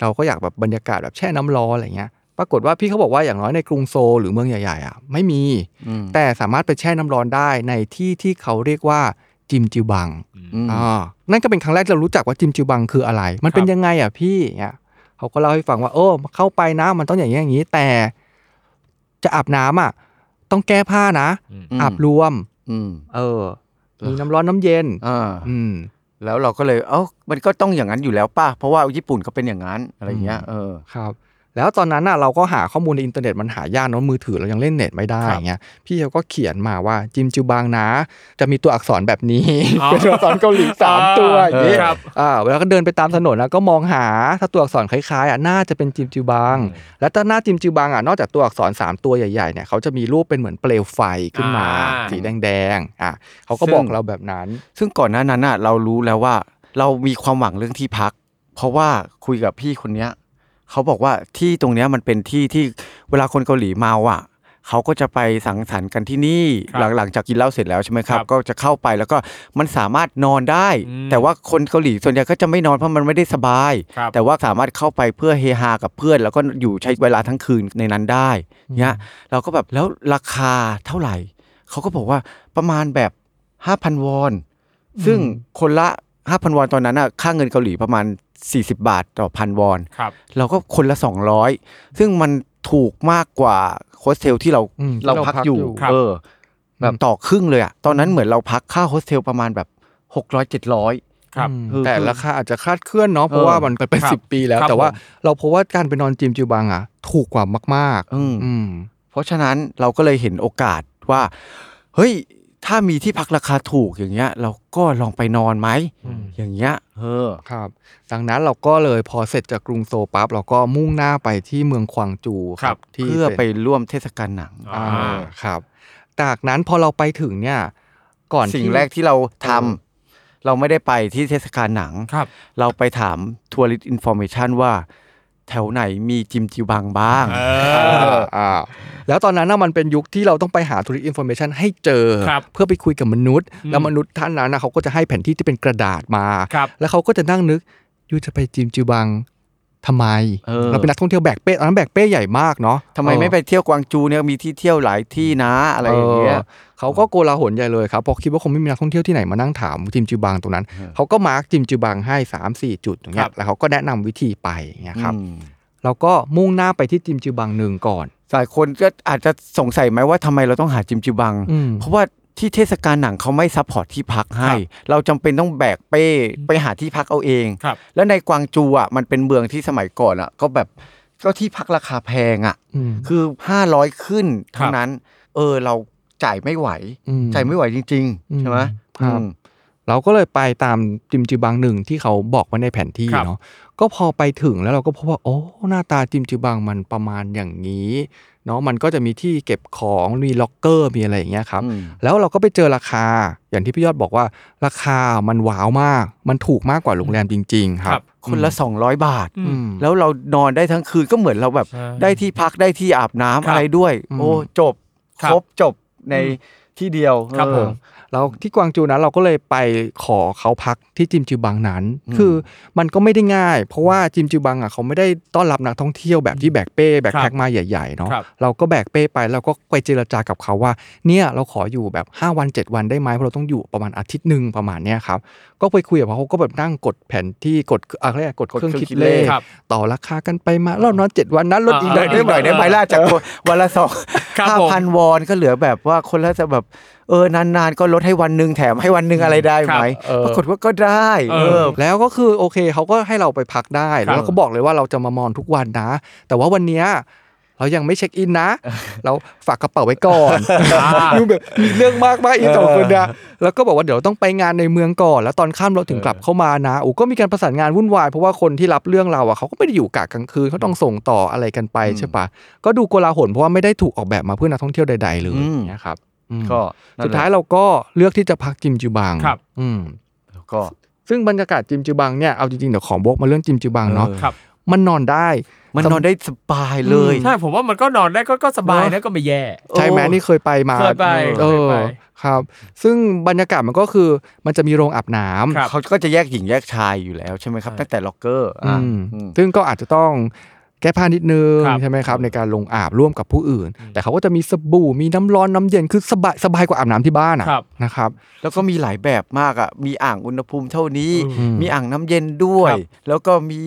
Speaker 3: เราก็อยากแบบบรรยากาศแบบแช่น้ำร้อนอะไรเงี้ยปรากฏว่าพี่เขาบอกว่าอย่างน้อยในกรุงโซลหรือเมืองใหญ่ๆอ่ะไม่มี
Speaker 2: อืม
Speaker 3: แต่สามารถไปแช่น้ำร้อนได้ในที่ที่เขาเรียกว่าจิมจิวบัง
Speaker 2: อืม
Speaker 3: อ่านั่นก็เป็นครั้งแรกที่เรารู้จักว่าจิมจิวบังคืออะไร มันเป็
Speaker 1: ค
Speaker 3: น
Speaker 1: รับ
Speaker 3: ยังไงอ่ะพี่เนี่ยเขาก็เล่าให้ฟังว่าโอ้เข้าไปนะมันต้องอย่างนี้อย่างนี้ แต่จะอาบน้ำอ่ะต้องแก้ผ้านะ
Speaker 2: อืม
Speaker 3: อาบรวม
Speaker 2: อืม
Speaker 3: เออ มีน้ำร้อนน้ำเย็น
Speaker 2: อ่า
Speaker 3: อืม
Speaker 2: แล้วเราก็เลย เอ้า มันก็ต้องอย่างนั้นอยู่แล้วป่ะ เพราะว่าญี่ปุ่นก็เป็นอย่างนั้นอะไรอย่างเงี้ย เออ
Speaker 3: ครับ แล้วตอนนั้นน่ะเราก็หาข้อมูลในอินเทอร์เน็ตมันหายากเนอะมือถือเรายังเล่นเน็ตไม่ได้
Speaker 1: ครับ
Speaker 3: อย่างเงี้ยพี่เขาก็เขียนมาว่าจิมจิวบางนะ จะมีตัวอักษรแบบนี้
Speaker 1: อ๋อ
Speaker 3: เป็นตัวอักษรเกาหลีสามตัว
Speaker 1: อ่า
Speaker 3: อย่างเงี้ย
Speaker 1: ครับ
Speaker 3: อ่าแล้วก็เดินไปตามถนนแล้วก็มองหาถ้าตัวอักษรคล้ายๆอ่ะน่าจะเป็นจิมจิวบาง แล้วถ้าหน้าจิมจิวบังอ่ะนอกจากตัวอักษร 3 ตัวใหญ่ๆเนี่ยเขาจะมีรูปเป็นเหมือนเปลวไฟขึ้นมา
Speaker 1: อ่า
Speaker 3: สีแดงๆอ่ะเขาก็บอกเราแบบนั้น
Speaker 2: ซึ่งก่อนหน้านั้นน่ะเรารู้แล้วว่าเรามีความหวังเรื่องที่พัก เพราะว่าคุยกับพี่คนเนี้ยเขาบอกว่าที่ตรงเนี้ยมันเป็นที่ที่เวลาคนเกาหลีเมาอ่ะเขาก็จะไปสังสรรค์กันที่นี่
Speaker 1: ครับ
Speaker 2: หลังหลังจากกินเหล้าเสร็จแล้วใช่ไหมครับ
Speaker 1: ครับ
Speaker 2: ก็จะเข้าไปแล้วก็มันสามารถนอนได้
Speaker 1: อืม
Speaker 2: แต่ว่าคนเกาหลีส่วนใหญ่ก็จะไม่นอนเพราะมันไม่ได้สบาย
Speaker 1: ครับ
Speaker 2: แต่ว่าสามารถเข้าไปเพื่อเฮฮากับเพื่อน แล้วก็อยู่ใช้เวลาทั้งคืนในนั้นได้เนี้ยเราก็แบบแล้วราคาเท่าไหร่ เขาก็บอกว่าประมาณแบบ 5,000 วอน ซึ่งคนละ 5,000 วอนตอนนั้นอะค่าเงินเกาหลีประมาณ 40 บาทต่อพันวอน
Speaker 1: ครับ
Speaker 2: เราก็คนละ 200 ซึ่งมันถูกมากกว่าโฮสเทลที่เรา
Speaker 3: อืม
Speaker 2: เรา
Speaker 3: ที่เราพั
Speaker 2: พั
Speaker 3: ก
Speaker 2: กอยู่
Speaker 3: อยู่
Speaker 1: ครับ
Speaker 2: เออแบบ
Speaker 3: อืม
Speaker 2: ต่อครึ่งเลยอะตอนนั้นเหมือนเราพักค่าโฮสเทลประมาณแบบ 600 700
Speaker 1: ครับ
Speaker 3: อืม
Speaker 2: คือ
Speaker 3: แต่ราคาอาจจะคลาดเคลื่อนเนาะเพราะ
Speaker 2: เออ
Speaker 3: ว่ามันเป็น
Speaker 1: ครับ
Speaker 3: สิบปีแล้ว
Speaker 1: ครับ
Speaker 3: แต่ว่า
Speaker 1: ผม
Speaker 3: เราพบว่าการไปนอนจิมจิวบังอ่ะถูกกว่ามาก
Speaker 2: อืม
Speaker 3: ๆ อืม
Speaker 2: เพราะฉะนั้นเราก็เลยเห็นโอกาสว่า เฮ้ย ถ้ามีที่พักราคาถูกอย่างเงี้ย เราก็ลองไปนอนไหม
Speaker 3: อืม
Speaker 2: อย่างเงี้ยเออ
Speaker 3: ครับดังนั้นเราก็เลยพอเสร็จจากกรุงโซลปั๊บเราก็มุ่งหน้าไปที่เมืองควางจู
Speaker 1: ครับ
Speaker 3: ที่
Speaker 2: เพื่อ
Speaker 3: ป็น
Speaker 2: ไปร่วมเทศกาลหนัง
Speaker 1: อ่า
Speaker 3: อ่าครับ จากนั้นพอเราไปถึงเนี่ย ก่อน
Speaker 2: สิ่ง
Speaker 3: ที่
Speaker 2: แรกที่เราทำเราไม่ได้ไปที่เทศกาลหนัง
Speaker 1: ครับ
Speaker 2: เราไปถามทัวริสอินฟอร์เมชันว่า แถวไหนมีจิมจิวบังบ้าง
Speaker 1: เอ
Speaker 3: เอ
Speaker 1: อ
Speaker 3: ออ่าแล้วตอนนั้นน่ะมันเป็นยุคที่เราต้องไปหาธุรกิจอินโฟเมชันให้เจอ
Speaker 1: ครับ
Speaker 3: เพื่อไปคุยกับมนุษย์
Speaker 1: อืม
Speaker 3: แล้วมนุษย์ท่านนั้นนะเขาก็จะให้แผนที่ที่เป็นกระดาษมา
Speaker 1: ครับ
Speaker 3: แล้วเขาก็จะนั่งนึกยูจะไปจิมจิวบังทำไม
Speaker 2: เออ
Speaker 3: เราเป็นนักท่องเที่ยวแบกเป้ตอนนั้นแบกเป้ใหญ่มากเนาะ
Speaker 2: ทำไม
Speaker 3: เออ
Speaker 2: ไม่ไปเที่ยวกวางจูเนี่ยมีที่เที่ยวหลายที่นะอะไรอย่างเงี้ย
Speaker 3: ออเขาก็โกลาหลใหญ่เลยครับเพราะคิดว่าคงไม่มีนักท่องเที่ยวที่ไหนมานั่งถามจิมจิวบางตรงนั้น เขาก็มาร์กจิมจิวบางให้ 3 4 จุดอย่างเงี้
Speaker 1: ครับ
Speaker 3: ยแล้วเขาก็แนะนำวิธีไปอย่างเงี้ยครับ
Speaker 2: อืม
Speaker 3: เราก็มุ่งหน้าไปที่จิมจิวบางหนึ่งก่อน
Speaker 2: หลายคนก็อาจจะสงสัยไหมว่าทำไมเราต้องหาจิมจิบัง
Speaker 3: อืม
Speaker 2: เพราะว่าที่เทศกาลหนังเขาไม่ซัพพอร์ตที่พักให้ เราจำเป็นต้องแบกเป้ไปหาที่พักเอาเอง
Speaker 1: ครับ
Speaker 2: แล้วในกวางจูอ่ะมันเป็นเมืองที่สมัยก่อนอ่ะ ก็แบบก็ที่พักราคาแพงอ่ะ
Speaker 3: อืม
Speaker 2: คือ 500 ขึ้นเท่านั้น เออเราจ่ายไม่ไหว
Speaker 3: อืม
Speaker 2: จ่ายไม่ไหวจริง
Speaker 3: อื
Speaker 2: ๆ
Speaker 3: ม
Speaker 2: ใช่ไหม
Speaker 3: ครับ
Speaker 2: อืม
Speaker 3: เราก็เลยไปตามจิมจิวบางหนึ่งที่เขาบอกไว้ในแผนที่
Speaker 1: ครับ
Speaker 3: เนาะก็พอไปถึงแล้วเราก็พบว่าโอ้หน้าตาจิมจิวบางมันประมาณอย่างนี้เนาะมันก็จะมีที่เก็บของมีล็อกเกอร์มีอะไรอย่างเงี้ยครับ
Speaker 2: อืม
Speaker 3: แล้วเราก็ไปเจอราคาอย่างที่พี่ยอดบอกว่า ราคามันว้าวมาก มันถูกมากกว่าโรงแรมจริง ๆ ค
Speaker 1: ครั
Speaker 3: รับ บ
Speaker 2: คนละ 200 บาท
Speaker 1: อืม
Speaker 3: แล้ว
Speaker 2: แล้วเรานอนได้ทั้งคืนก็เหมือนเราแบบ
Speaker 1: ใช่
Speaker 2: ได้ที่พักได้ที่อาบ
Speaker 1: ค
Speaker 2: น้ำ
Speaker 1: รับ
Speaker 2: อะไรด้วย
Speaker 3: อืม
Speaker 2: โอ้จบ
Speaker 1: ครับ
Speaker 2: ครบจบใน
Speaker 1: อื
Speaker 2: ที่เดียว
Speaker 1: ครับ
Speaker 2: เอ
Speaker 1: ผ
Speaker 2: อ
Speaker 1: ม
Speaker 3: เราที่กวางจูนั้นเราก็เลยไปขอเขาพักที่จิมจิวบังนั้น
Speaker 2: อืม
Speaker 3: คือมันก็ไม่ได้ง่าย เพราะว่าจิมจิวบังอ่ะเขาไม่ได้ต้อนรับนักท่องเที่ยวแบบที่แบกเป้แบก
Speaker 1: ครับ
Speaker 3: แพ็คมาใหญ่ๆเนาะ
Speaker 1: ครับ
Speaker 3: เราก็แบกเป้ไปเราก็ไปเจรจากับเขาว่า เนี่ยเราขออยู่แบบ 5 วัน 7 วันได้ไหมเพราะเราต้องอยู่ประมาณอาทิตย์หนึ่งประมาณเนี้ยครับก็ไปคุยกับเขาเขาก็แบบนั่งกดแผนที่กดอะไรอะกดเครื่องคิดเลข
Speaker 1: ครับ
Speaker 3: ต่อราคากันไปมาเรานอน 7 วันนั้นลดอีกหน่อย
Speaker 1: อ่า
Speaker 3: ได้
Speaker 2: ได้
Speaker 3: ไห
Speaker 2: ห
Speaker 3: ม
Speaker 2: น่อยได้ไหมล่ะจากคนวันละสอง
Speaker 1: ครับ
Speaker 2: ห้า
Speaker 1: ผม
Speaker 2: พันวอนก็เหลือแบบว่าคนละจะแบบเออนานๆก็ลดให้วันหนึ่งแถมให้วันหนึ่งอะไรได้ไหม
Speaker 3: ครับเออ
Speaker 2: ปรากฏว่าก็ได้
Speaker 1: เอ
Speaker 2: เอ
Speaker 1: อ
Speaker 2: อ
Speaker 3: แล้วก็คือโอเคเขาก็ให้เราไปพักได้
Speaker 1: ครับ
Speaker 3: แล้วเราก็บอกเลยว่าเราจะมามอนทุกวันนะ แต่ว่าวันเนี้ยเรายังไม่เช็คอินนะ เราฝากกระเป๋าไว้ก่อนดูแบบมีเรื่องมากมากอีกสองคนนะแล้วก็บอกว่าเดี๋ยวต้องไปงานในเมืองก่อน แล้วตอนข้ามเราถึงกลับเข้ามานะโอ้ก็มีการประสานงานวุ่นวายเพราะว่าคนที่รับเรื่องเราอ่ะเขาก็ไม่ได้อยู่กะกลางคืนเขาต้องส่งต่ออะไรกันไปใช่ปะก็ดูโกลาหลเพราะว่าไม่ได้ถูกออกแบบมาเพื่อนักท่องเที่ยวใด ๆ เลย
Speaker 2: อืม
Speaker 3: เนะครับอืม
Speaker 2: ก็
Speaker 3: สุดท้ายเราก็เลือกที่จะพักจิมจูบัง
Speaker 1: ครับ
Speaker 3: อืม
Speaker 2: แล้วก็
Speaker 3: ซึ่งบรรยากาศจิมจูบังเนี่ย เอาจริงๆ เดี๋ยวขอวกมาเรื่องจิมจูบังเนาะ
Speaker 1: ครับ
Speaker 3: มันนอนได้
Speaker 2: มันนอนได้สบายเลย
Speaker 1: ใช่ผมว่ามันก็นอนได้ก็ก็สบายนะก็ไม่แย่
Speaker 3: ใช่ไหม
Speaker 2: โอ้
Speaker 3: นี่เคยไปมา
Speaker 1: เคยไปเค
Speaker 3: เอ
Speaker 1: ย
Speaker 3: อ
Speaker 1: ไป
Speaker 3: ครับ ซึ่งบรรยากาศมันก็คือมันจะมีโรงอาบน้ำ
Speaker 1: ครับ
Speaker 2: เขาก็จะแยกหญิงแยกชายอยู่แล้วใช่ไหมครับ ตั้งแต่ล็อกเกอร์
Speaker 3: อื
Speaker 2: อ่ะ
Speaker 3: ม
Speaker 2: อืม
Speaker 3: ซึ่งก็อาจจะต้องแก้ผ้านิดนึง
Speaker 1: ครับ
Speaker 3: ใช่ไหมครับ ในการลงอาบร่วมกับผู้อื่น แต่เขาก็จะมีสบู่มีน้ำร้อนน้ำเย็นคือสบายสบายกว่าอาบน้ำที่บ้านอะ
Speaker 1: ครับ
Speaker 3: นะครับ
Speaker 2: แล้วก็มีหลายแบบมากอ่ะ มีอ่างอุณหภูมิเท่านี้
Speaker 1: อืม
Speaker 2: มีอ่างน้ำเย็นด้วย
Speaker 1: ครับ
Speaker 2: แล้วก็มี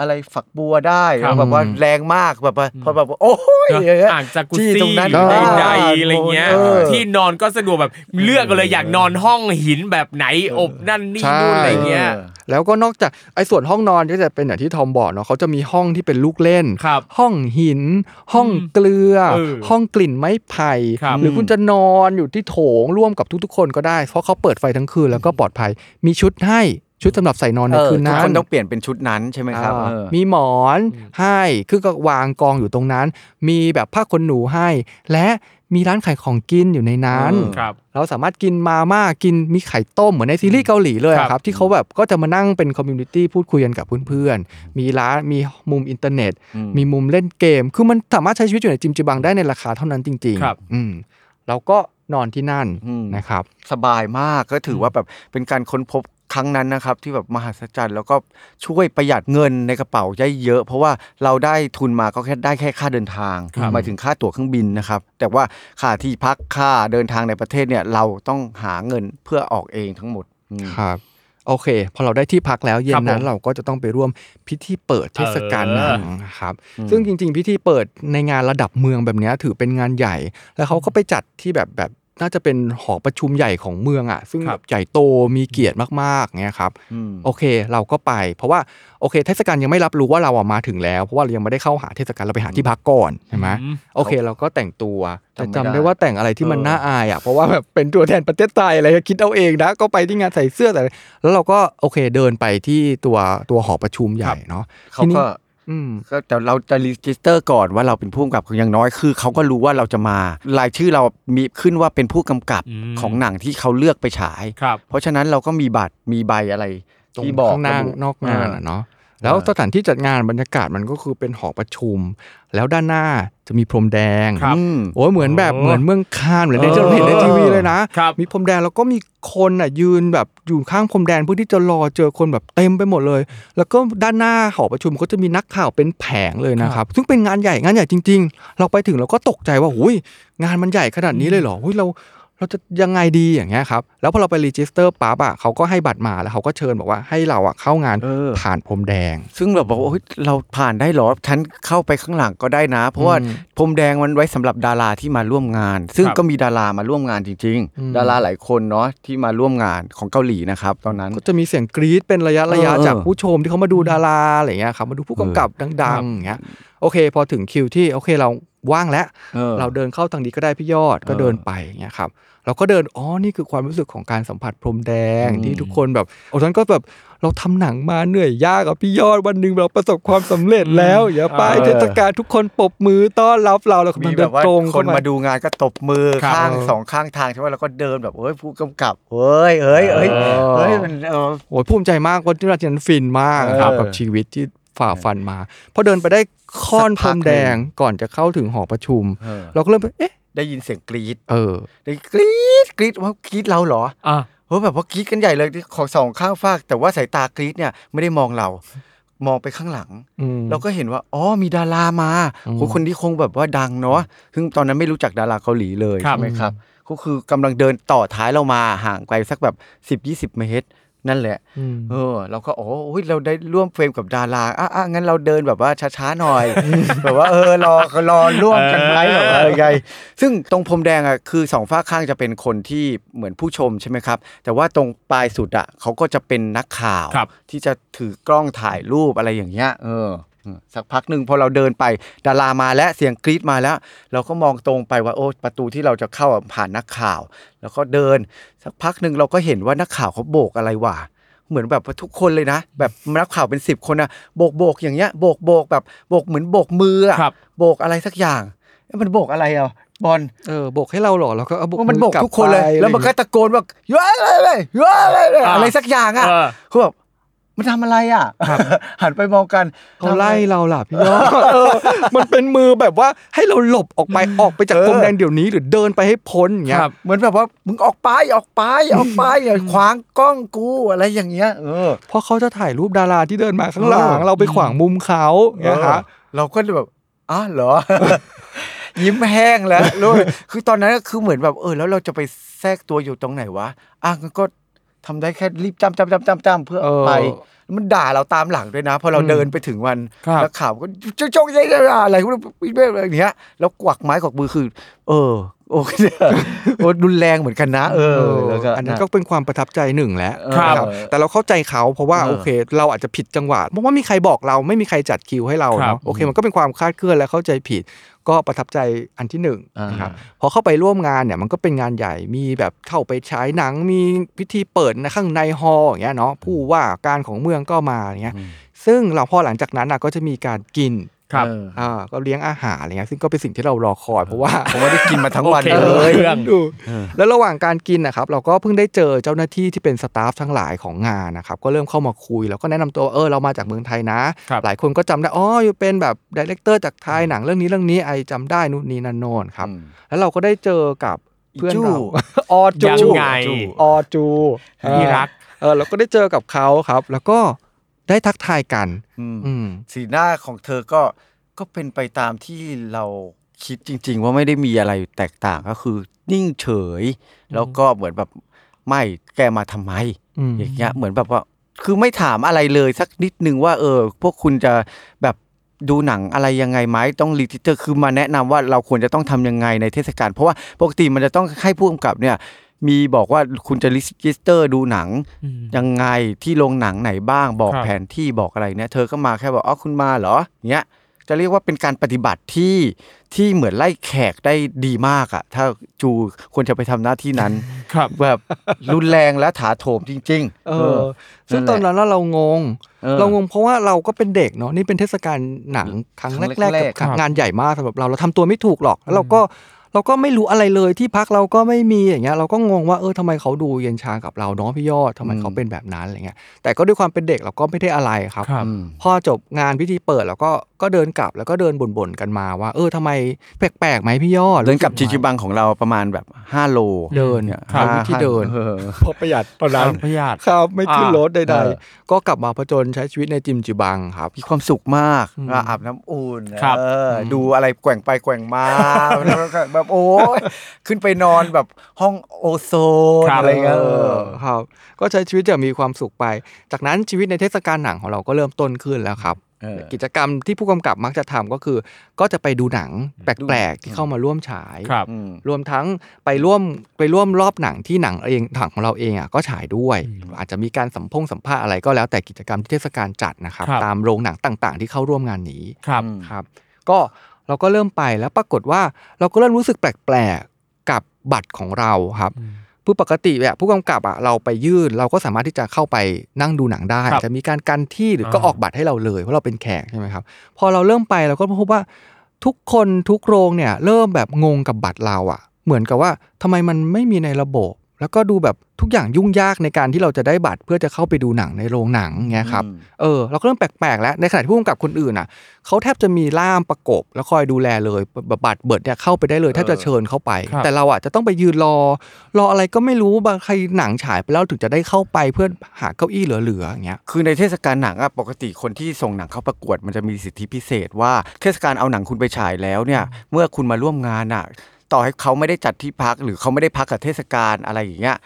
Speaker 2: อะไรฝักบัวได้
Speaker 1: ครับ
Speaker 2: แบบว่าแรงมากแบบว่าพอแบบว่าโอ้ย
Speaker 1: ะ
Speaker 2: อย่างเงี้ย
Speaker 1: อ่างจากกุ
Speaker 2: ที่
Speaker 1: ซี่
Speaker 2: ตรงนั้น
Speaker 1: ใด
Speaker 2: อ่า
Speaker 1: ๆอะไรเงี้ย
Speaker 2: เออ
Speaker 1: ที่นอนก็สะดวกแบบเลือกเลยอยากนอนห้องหินแบบไหนอบนั่นนี่นู่นอะไรเงี้ย
Speaker 3: แล้วก็นอกจากไอ้ส่วนห้องนอนก็จะเป็นอย่างที่ทอมบอกเนาะเขาจะมีห้องที่เป็นลูกเล่น
Speaker 1: ครับ
Speaker 3: ห้องหิน ห้องเกลือ
Speaker 1: เออ
Speaker 3: ห้องกลิ่นไม้ไผ่
Speaker 1: ครับ
Speaker 3: หรือคุณจะนอนอยู่ที่โถงร่วมกับทุกๆ คนก็ได้ เพราะเขาเปิดไฟทั้งคืนแล้วก็ปลอดภัย มีชุดให้ชุดสำหรับใส่นอนใน
Speaker 2: เออ
Speaker 3: คืน
Speaker 2: ทุก
Speaker 3: นั้
Speaker 2: คน นต้องเปลี่ยนเป็นชุดนั้นใช่ไหมครับ
Speaker 3: อ่า
Speaker 2: เออ
Speaker 3: มีหมอนให้คือก็วางกองอยู่ตรงนั้น มีแบบผ้าขนหนูให้ และมีร้านขายของกินอยู่ในนั้น
Speaker 2: เออ
Speaker 1: ครับ
Speaker 3: เราสามารถกินมาม่ากินมีไข่ต้มเหมือนในซีรีส์เกาหลีเลยอะ
Speaker 1: ค
Speaker 3: ค
Speaker 1: รั
Speaker 3: รับ บ ที่เขาแบบก็จะมานั่งเป็นคอมมูนิตี้พูดคุยกันกับเพื่อนๆ มีร้านมีมุมอินเทอร์เน็ต
Speaker 2: อืม
Speaker 3: มีมุมเล่นเกม คือมันสามารถใช้ชีวิตอยู่ในจิมจิบังได้ในราคาเท่านั้นจริงๆ
Speaker 1: ครับ
Speaker 3: อืมเราก็นอนที่นั่น
Speaker 2: อืม
Speaker 3: นะครับ
Speaker 2: สบายมากก็ถือว่าแบบเป็นการค้นพบครั้งนั้นนะครับ ที่แบบมหัศจรรย์แล้วก็ช่วยประหยัดเงินในกระเป๋าได้เยอะ เพราะว่าเราได้ทุนมาก็แค่ได้แค่ค่าเดินทางหมายถึงค่าตั๋วเครื่องบินนะครับ แต่ว่าค่าที่พักค่าเดินทางในประเทศเนี่ยเราต้องหาเงินเพื่อออกเองทั้งหมดอืม
Speaker 3: ครับ โอเค พอเราได้ที่พักแล้วเย็
Speaker 1: ครั
Speaker 3: น
Speaker 1: บ
Speaker 3: นั้
Speaker 1: ผ
Speaker 3: น
Speaker 1: ม
Speaker 3: เราก็จะต้องไปร่วมพิธีเปิดเทศกาลหนังนะครับ
Speaker 2: อืม
Speaker 3: ซึ่งจริง ๆ พิธีเปิดในงานระดับเมืองแบบเนี้ยถือเป็นงานใหญ่ แล้วเขาก็ไปจัดที่แบบแบบน่าจะเป็นหอประชุมใหญ่ของเมืองอ่ะ ซึ่ง
Speaker 1: ครั
Speaker 3: แบบ บใหญ่โตมีเกียรติมากๆเงี้ยครับ
Speaker 2: อืม
Speaker 3: โอเคเราก็ไป เพราะว่าโอเค เทศกาลยังไม่รับรู้ว่าเราอะมาถึงแล้ว เพราะว่าเรายังไม่ได้เข้าหาเทศกาลเราไปหาที่พักก่อนใช่ไหมโอเค เราก็แต่งตัวแต่
Speaker 2: จำ
Speaker 3: จำ
Speaker 2: ไม่ได้
Speaker 3: ได้ว่าแต่งอะไรที่มัน
Speaker 1: เออ
Speaker 3: น่าอายอ่ะเพราะว่าแบบเป็นตัวแทนประเทศไทยอะไรก็คิดเอาเองนะก็ไปที่งานใส่เสื้อแต่อะไรแล้วเราก็โอเคเดินไปที่ตัวตัวหอประชุมใหญ่เนาะ
Speaker 2: เขา
Speaker 3: ทีนี้
Speaker 2: ก็
Speaker 3: อืม
Speaker 2: ก็แต่เราจะรีจิสเตอร์ก่อนว่าเราเป็นผู้กำกับอย่างน้อยคือเขาก็รู้ว่าเราจะมารายชื่อเรามีขึ้นว่าเป็นผู้กำกับ
Speaker 1: อืม
Speaker 2: ของหนังที่เขาเลือกไปฉาย
Speaker 1: ครับ
Speaker 2: เพราะฉะนั้นเราก็มีบัตรมีใบอะไร
Speaker 3: ตรง
Speaker 2: ที่บอก
Speaker 3: ข้างหน้า
Speaker 2: ระบุ
Speaker 3: นอกงาน
Speaker 2: เออ
Speaker 3: อะเนาะแล้วสถานที่จัดงานบรรยากาศมันก็คือเป็นหอประชุม แล้วด้านหน้าจะมีพรมแดง
Speaker 1: ครับ
Speaker 2: อืม
Speaker 3: โอ้ยเหมือนแบบ
Speaker 1: โอ้
Speaker 3: เหมือนเมืองคานเหมือนใน
Speaker 1: เออ
Speaker 3: ที่เราเห็นในทีวีเลยนะ
Speaker 1: ครับ
Speaker 3: มีพรมแดงแล้วก็มีคนอ่ะยืนแบบอยู่ข้างพรมแดงเพื่อที่จะรอเจอคนแบบเต็มไปหมดเลย แล้วก็ด้านหน้าหอประชุมก็จะมีนักข่าวเป็นแผงเลยนะครับ ซึ่งเป็นงานใหญ่งานใหญ่จริง ๆ เราไปถึงเราก็ตกใจว่าหุยงานมันใหญ่ขนาดนี้เลยเหรอหุยเราเราจะยังไงดีอย่างเงี้ยครับแล้วพอเราไปรีจิสเตอร์ปั๊บอ่ะเขาก็ให้บัตรมาแล้วเขาก็เชิญบอกว่าให้เราอ่ะเข้างาน
Speaker 2: เออ
Speaker 3: ผ่านพรมแดง
Speaker 2: ซึ่งแบบบอกว่าเฮ้ยเราผ่านได้เหรอฉันเข้าไปข้างหลังก็ได้นะ เพราะว่า
Speaker 3: อืม
Speaker 2: พรมแดงมันไว้สำหรับดาราที่มาร่วมงาน ซึ่ง
Speaker 1: ครับ
Speaker 2: ก็มีดารามาร่วมงานจริง
Speaker 3: อืม
Speaker 2: ๆ ดาราหลายคนเนาะที่มาร่วมงานของเกาหลีนะครับ ตอนนั้น
Speaker 3: ก็จะมีเสียงกรี๊ดเป็นระยะระยะ
Speaker 2: เออเออ
Speaker 3: จากผู้ชมที่เขามาดูดาราอะไรเงี้ยครับมาดูผู้กำกับดังๆอย่างเงี้ยโอเค พอถึงคิวที่โอเคเราว่างแล้ว
Speaker 2: เออ
Speaker 3: เราเดินเข้าทางนี้ก็ได้พี่ยอดก็
Speaker 2: เออ
Speaker 3: เดินไปอย่างเงี้ยครับเราก็เดินอ๋อนี่คือความรู้สึกของการสัมผัสพรมแดง
Speaker 2: อืม
Speaker 3: ที่ทุกคนแบบโอ้ฉันก็แบบเราทำหนังมาเหนื่อยยากอะพี่ยอดวันหนึ่งเราประสบความสำเร็จแล้วอย่าไป
Speaker 1: เออ
Speaker 3: เทศกาลทุกคนปรบมือต้อนรับเราเรากำ
Speaker 2: มี
Speaker 3: ลัง
Speaker 2: แบ
Speaker 3: เดิน
Speaker 2: บว่า
Speaker 3: ตรง
Speaker 2: คน
Speaker 3: เข้
Speaker 2: มาดูงานก็ตบมือ
Speaker 1: ครับ
Speaker 2: ข้างสองข้างทางใช่ไหมแล้วก็เดินแบบเอ้ยผู้กำกับเฮ้ยเฮ้ยเฮ้ยเฮ้ยมันเออ
Speaker 3: โอ้ยภูมิใจมากวันที่เราจะนั้นฟินมากนะครับ
Speaker 2: เออ
Speaker 3: กับชีวิตที่ฝ่าฟันมาพอเดินไปได้ค่อน
Speaker 2: สัก
Speaker 3: พ
Speaker 2: พั
Speaker 3: ร
Speaker 2: ก
Speaker 3: ม
Speaker 2: หนึ่ง
Speaker 3: แดงก่อนจะเข้าถึงหอประชุม
Speaker 2: เออ
Speaker 3: เราก็เริ่มเอ๊ะ
Speaker 2: ได้ยินเสียงกรี๊ด
Speaker 3: เออ
Speaker 2: ได้กรี๊ดกรี๊ดว่ากรี๊ดเราเหรอ
Speaker 1: อ่ะ
Speaker 2: เฮ้ยแบบว่ากรีดกันใหญ่เลยที่ของสองข้างฟากแต่ว่าสายตากรีดเนี่ยไม่ได้มองเรา มองไปข้างหลัง เราก็เห็นว่าอ๋อมีดารามา
Speaker 3: อืม
Speaker 2: โหคนนี้คงแบบว่าดังเนาะซึ่งตอนนั้นไม่รู้จักดาราเกาหลีเลย
Speaker 1: ครับ
Speaker 2: ใช่ไหมครับก็คือกำลังเดินต่อท้ายเรามาห่างไกลสักแบบ 10-20 เมตร นั่นแหละ
Speaker 3: อืม
Speaker 2: เออเราก็โอ้โหเราได้ร่วมเฟรมกับดาราอ่ะอ่ะงั้นเราเดินแบบว่าช้าๆหน่อย แบบว่าเออรอรอร่วมกันไหมแบบว่าเออไงซึ่งตรงพรมแดงอ่ะคือสองฝ้ากข้างจะเป็นคนที่เหมือนผู้ชมใช่ไหมครับ แต่ว่าตรงปลายสุดอ่ะเขาก็จะเป็นนักข่าว
Speaker 1: ครับ
Speaker 2: ที่จะถือกล้องถ่ายรูปอะไรอย่างเงี้ยเอออืมสักพักหนึ่งพอเราเดินไปดารามาแล้วเสียงกรี๊ดมาแล้ว เราก็มองตรงไปว่าโอ้ประตูที่เราจะเข้าอ่ะผ่านนักข่าว แล้วก็เดิน สักพักหนึ่งเราก็เห็นว่านักข่าวเขาโบกอะไรว่ะ เหมือนแบบว่าทุกคนเลยนะ แบบนักข่าวเป็นสิบคนนะโบกโบกอย่างเงี้ยโบกโบกแบบโบกเหมือนโบกมืออะ
Speaker 1: ครับ
Speaker 2: โบกอะไรสักอย่างเอ๊ะมันโบกอะไรอ่ะบอล
Speaker 3: เออบอกให้เราเหรอเราก็เอาบอก
Speaker 2: ว่ามันบอก
Speaker 3: ลั
Speaker 2: ทุกคนเลย
Speaker 3: ไป
Speaker 2: แล้วมันก็ตะโกนว่าเยอะเลยเลยเยอะเลยเลย
Speaker 1: อ่า
Speaker 2: อะไรสักอย่างอ่ะ
Speaker 1: เออ
Speaker 2: เขาแบบมันทำอะไรอ่ะ หันไปมองกัน
Speaker 3: เขาไล่เราล่ะพี่ยอด เออมันเป็นมือแบบว่าให้เราหลบออกไปออกไปจากพรมแดงเดี๋ยวนี้หรือเดินไปให้พ้นอย่างเงี้ย
Speaker 1: ครับ
Speaker 2: เหมือนแบบว่ามึงออกไปออกไปออกไปอย่าขวางกล้องกูอะไรอย่างเงี้ยเออ
Speaker 3: เพราะเขาจะถ่ายรูปดาราที่เดินมาข้างหลัง
Speaker 2: เออ
Speaker 3: เราไปขวางมุมเขาอย่างเงี้ยฮะ
Speaker 2: เออเราก็แบบอ๋อเหรอ ยิ้มแห้งแล้วรู้ไหมคือตอนนั้นก็คือเหมือนแบบ เออ แล้วเราจะไปแทรกตัวอยู่ตรงไหนวะอ่ะงั้นก็ทำได้แค่รีบจำจำจำจำจำเพื่อ
Speaker 3: เออ
Speaker 2: ไป มันด่าเราตามหลังด้วยนะพอเรา
Speaker 1: อืม
Speaker 2: เดินไปถึงมัน
Speaker 1: ครับ
Speaker 2: แล้วข่าวก็จงจงเยยยอะไรพวกนี้อะไรอย่างเงี้ยแล้วกวักไม้กวักมือคือ เออ โอ้โอ้รุนแรงเหมือนกันนะ เออแล้วก็
Speaker 3: อันนั้นก็เป็นความประทับใจหนึ่งแล้ว
Speaker 2: ครับ
Speaker 3: นะแต่เราเข้าใจเขาเพราะว่า
Speaker 2: เออ
Speaker 3: โอเค เราอาจจะผิดจังหวะเพราะว่าไม่มีใครบอกเราไม่มีใครจัดคิวให้เรา
Speaker 1: ครับ
Speaker 3: เนาะโอเค มันก็เป็นความคลาดเคลื่อนและเข้าใจผิด ก็ประทับใจอันที่หนึ่งนะครับพอเข้าไปร่วมงานเนี่ยมันก็เป็นงานใหญ่มีแบบเข้าไปฉายหนังมีพิธีเปิดนะข้างในฮอลล์อย่างเงี้ยเนาะผู้ว่าการของเมืองก็มาอย่างเงี้ยซึ่งเราพอหลังจากนั้นน่ะก็จะมีการกิน
Speaker 1: ครับ
Speaker 2: เออ
Speaker 3: อ่าก็เลี้ยงอาหารอะไรเงี้ยซึ่งก็เป็นสิ่งที่เรารอคอยเพราะว่า
Speaker 2: ผมไม่ได้กินมาทั้งวัน
Speaker 1: โอเค
Speaker 2: เลย
Speaker 1: ครื่อง
Speaker 3: ดูแล้วระหว่างการกินนะครับเราก็เพิ่งได้เจอเจ้าหน้าที่ที่เป็นสตาฟทั้งหลายของงานนะครับก็เริ่มเข้ามาคุยแล้วก็แนะนำตัวว่าเออเรามาจากเมืองไทยนะ
Speaker 1: ครับ
Speaker 3: หลายคนก็จำได้อ๋ออยู่เป็นแบบดีเลกเตอร์จากไทยหนังเรื่องนี้เรื่องนี้ไอจำได้นู่นนี่นั่นโน่นครับแล้วเราก็ได้เจอกับเพื่อนเรา
Speaker 2: จู้
Speaker 3: อ อจู
Speaker 1: ยังไง
Speaker 3: ออจู
Speaker 1: ที่รัก
Speaker 3: เออเราก็ได้เจอกับเขาครับ แล้วก็ได้ทักทายกัน
Speaker 2: อืม
Speaker 3: อืม
Speaker 2: สีหน้าของเธอก็ก็เป็นไปตามที่เราคิดจริง ๆ ว่าไม่ได้มีอะไรแตกต่างก็คือ นิ่งเฉย แล้วก็เหมือนแบบไม่แกมาทำไม
Speaker 3: อืม
Speaker 2: อย่างเงี้ยเหมือนแบบว่า คือไม่ถามอะไรเลยสักนิดนึงว่า เออ พวกคุณจะแบบดูหนังอะไรยังไงไหมต้องรีทิเตอร์คือมาแนะนำว่าเราควรจะต้องทำยังไงในเทศกาลเพราะว่าปกติมันจะต้องให้ผู้กำกับเนี่ย มีบอกว่าคุณจะรีจิสเตอร์ดูหนัง ยังไงที่โรงหนังไหนบ้างบอก
Speaker 1: ครับ
Speaker 2: แผนที่บอกอะไรเนี่ยเธอก็มาแค่บอกอ๋อคุณมาเหรอเงี้ยจะเรียกว่าเป็นการปฏิบัติที่ที่เหมือนไล่แขกได้ดีมากอะถ้าจูควรจะไปทำหน้าที่นั้น
Speaker 1: ครับ
Speaker 2: แบบรุนแรงและถาโถมจริง ๆ
Speaker 3: เออซึ่งตอนนั้นเรางง
Speaker 2: เออ
Speaker 3: เรางงเพราะว่าเราก็เป็นเด็กเนาะนี่เป็นเทศกาลหนังครั้ง
Speaker 2: ครั้ง
Speaker 3: แร
Speaker 2: แรก
Speaker 3: กๆ
Speaker 2: ๆ
Speaker 3: กับครั้ง
Speaker 2: ครับ
Speaker 3: งานใหญ่มากสำหรับเราเราทำตัวไม่ถูกหรอกแล้วเราก็เราก็ไม่รู้อะไรเลยที่พักเราก็ไม่มีอย่างเงี้ยเราก็งงว่าเออทำไมเขาดูเย็นชากับเราเนาะพี่ยอดทำไมเขาเป็นแบบนั้นอะไรเงี้ยแต่ก็ด้วยความเป็นเด็กเราก็ไม่ได้อะไรครับ
Speaker 1: ครับ
Speaker 2: อืม
Speaker 3: พอจบงานพิธีเปิดแล้วก็ก็เดินกลับแล้วก็เดินบ่นๆกันมาว่า เออทำไมแปลกๆไหมพี่ยอด
Speaker 2: เดินกับ
Speaker 3: รู้
Speaker 2: ชิ
Speaker 3: สึไหม
Speaker 2: ชิบังของเราประมาณแบบ 5 โล
Speaker 3: เดินหาวิธีเดิน
Speaker 2: เออ
Speaker 3: เพราะประหยัดตอนนั้น
Speaker 1: พยาธิ
Speaker 3: ครับไม่ขึ้น
Speaker 1: อ่าร ร
Speaker 3: ถใด
Speaker 2: เออ
Speaker 3: ๆ ก็กลับมาผจญใช้ชีวิตในจิมจิบังครับ
Speaker 2: มีความสุขมาก
Speaker 3: อืม
Speaker 2: อ่ะอาบน้ำอุ่น
Speaker 1: ครับ
Speaker 2: เอออดูอะไรแกว่งไปแกว่งมา แล้วก็แบบโอ้ยขึ้นไปนอนแบบห้องโอโซน
Speaker 1: ครับ
Speaker 2: อะไรเงี้ยเออ
Speaker 3: ครับ ก็ใช้ชีวิตอย่างมีความสุขไป จากนั้นชีวิตในเทศกาลหนังของเราก็เริ่มต้นขึ้นแล้วครับ
Speaker 2: เออ
Speaker 3: กิจกรรมที่ผู้กำกับมักจะทำก็คือ ก็จะไปดูหนังแปลกๆที่เข้ามาร่วมฉาย
Speaker 1: ครับ
Speaker 2: อืม
Speaker 3: รวมทั้งไปร่วมไปร่วมรอบหนังที่หนังเองถังของเราเองอ่ะก็ฉายด้วย อาจจะมีการสัมพงสัมภาษณ์อะไรก็แล้วแต่กิจกรรมที่เทศกาลจัดนะครับ
Speaker 1: ครับ
Speaker 3: ตามโรงหนังต่างๆ ที่เข้าร่วมงานนี้
Speaker 1: ครับ
Speaker 2: อืม
Speaker 3: ครับก็เราก็เริ่มไปแล้วปรากฏว่าเราก็เริ่มรู้สึกแปลกๆกับบัตรของเราครับ
Speaker 1: อืม
Speaker 3: ผู้ปกติเนี่ยผู้กำกับอ่ะเราไปยื่น เราก็สามารถที่จะเข้าไปนั่งดูหนังได้
Speaker 1: ครับ
Speaker 3: จะมีการกันที่หรือก็
Speaker 1: อ่า
Speaker 3: ออกบัตรให้เราเลยเพราะเราเป็นแขกใช่ไหมครับพอเราเริ่มไปเราก็พบว่าทุกคนทุกโรงเนี่ยเริ่มแบบงงกับบัตรเราอ่ะ เหมือนกับว่าทำไมมันไม่มีในระบบ แล้วก็ดูแบบทุกอย่างยุ่งยากในการที่เราจะได้บัตรเพื่อจะเข้าไปดูหนังในโรงหนังเงี้ยครับ
Speaker 2: อืม
Speaker 3: เออเราก็เริ่มแปลกๆแล้วในขณะที่ผู้กำกับคนอื่นน่ะเขาแทบจะมีล่ามประกบ แล้วคอยดูแลเลยแบบบัตรเบิดเนี่ยเข้าไปได้เลยแทบจะเชิญเข้าไป
Speaker 1: ครับ
Speaker 3: แต่เราอ่ะจะต้องไปยืนรอ รออะไรก็ไม่รู้บางใครหนังฉายไปแล้วถึงจะได้เข้าไปเพื่อหาเก้าอี้เหลือๆอย่างเงี้ย
Speaker 2: คือในเทศกาลหนังอะปกติคนที่ส่งหนังเข้าประกวดมันจะมีสิทธิพิเศษว่าเทศกาลเอาหนังคุณไปฉายแล้วเนี่ย เมื่อคุณมาร่วมงานอะต่อให้เขาไม่ได้จัดที่พัก หรือเขาไม่ได้พักกับเทศกาลอะไรอย่างเงี้ย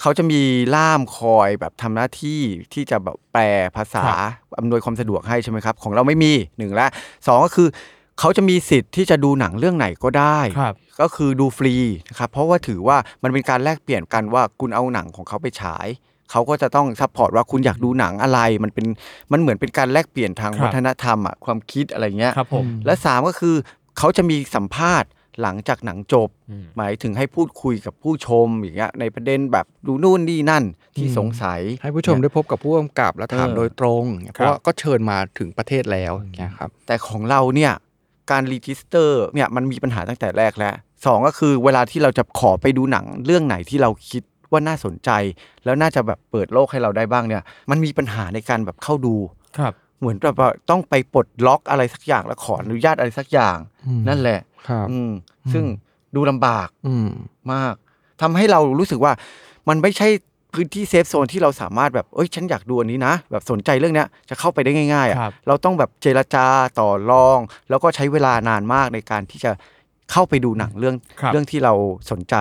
Speaker 2: เขาจะมีล่ามคอยแบบทำหน้าที่ที่จะแบบแปลภาษาอำนวยความสะดวกให้ใช่ไหมครับ ของเราไม่มีหนึ่งละสองก็คือเขาจะมีสิทธิ์ที่จะดูหนังเรื่องไหนก็ได้
Speaker 1: ครับ
Speaker 2: ก็คือดูฟรีนะครับเพราะว่าถือว่ามันเป็นการแลกเปลี่ยนกันว่าคุณเอาหนังของเขาไปฉาย เขาก็จะต้องซัพพอร์ตว่าคุณอยากดูหนังอะไร มันเป็นมันเหมือนเป็นการแลกเปลี่ยนทาง
Speaker 1: ครับ
Speaker 2: วัฒนธรรมอะความคิดอะไรเงี้ย
Speaker 1: ครับผม
Speaker 2: และสามก็คือเขาจะมีสัมภาษณ์หลังจากหนังจบ
Speaker 1: อืม
Speaker 2: หมายถึงให้พูดคุยกับผู้ชมอย่างเงี้ยในประเด็นแบบดูนู่นนี่นั่นที่
Speaker 3: อืม
Speaker 2: สงสัย
Speaker 3: ให้ผู้ชมได้พบกับผู้กำกับและถาม
Speaker 2: เออ
Speaker 3: โดยตรงอย่างเงี้ยเพ
Speaker 1: ค
Speaker 3: ราะ
Speaker 1: รับ
Speaker 3: ว่าก็เชิญมาถึงประเทศแล้วอย่างเงี้ยครับ
Speaker 2: แต่ของเราเนี่ยการรีจิสเตอร์เนี่ยมันมีปัญหาตั้งแต่แรกแล้วสองก็คือเวลาที่เราจะขอไปดูหนังเรื่องไหนที่เราคิดว่าน่าสนใจ แล้วน่าจะแบบเปิดโลกให้เราได้บ้างเนี่ย มันมีปัญหาในการแบบเข้าดู
Speaker 1: ครับ
Speaker 2: เหมือนแบบว่าต้องไปปลดล็อกอะไรสักอย่างแล้วขออนุญาตอะไรสักอย่าง
Speaker 3: อืม
Speaker 2: นั่นแหละ
Speaker 3: ครับ
Speaker 2: อืมซึ่งดูลำบาก
Speaker 3: อืม
Speaker 2: มากทำให้เรารู้สึกว่ามันไม่ใช่พื้นที่เซฟโซนที่เราสามารถแบบเอ้ยฉันอยากดูอันนี้นะ แบบสนใจเรื่องเนี้ยจะเข้าไปได้ง่ายๆอะ
Speaker 1: ครับ
Speaker 2: เราต้องแบบเจรจาต่อรอง แล้วก็ใช้เวลานานมากในการที่จะเข้าไปดูหนังเรื่อง
Speaker 1: ครับ
Speaker 2: เรื่องที่เราสนใจ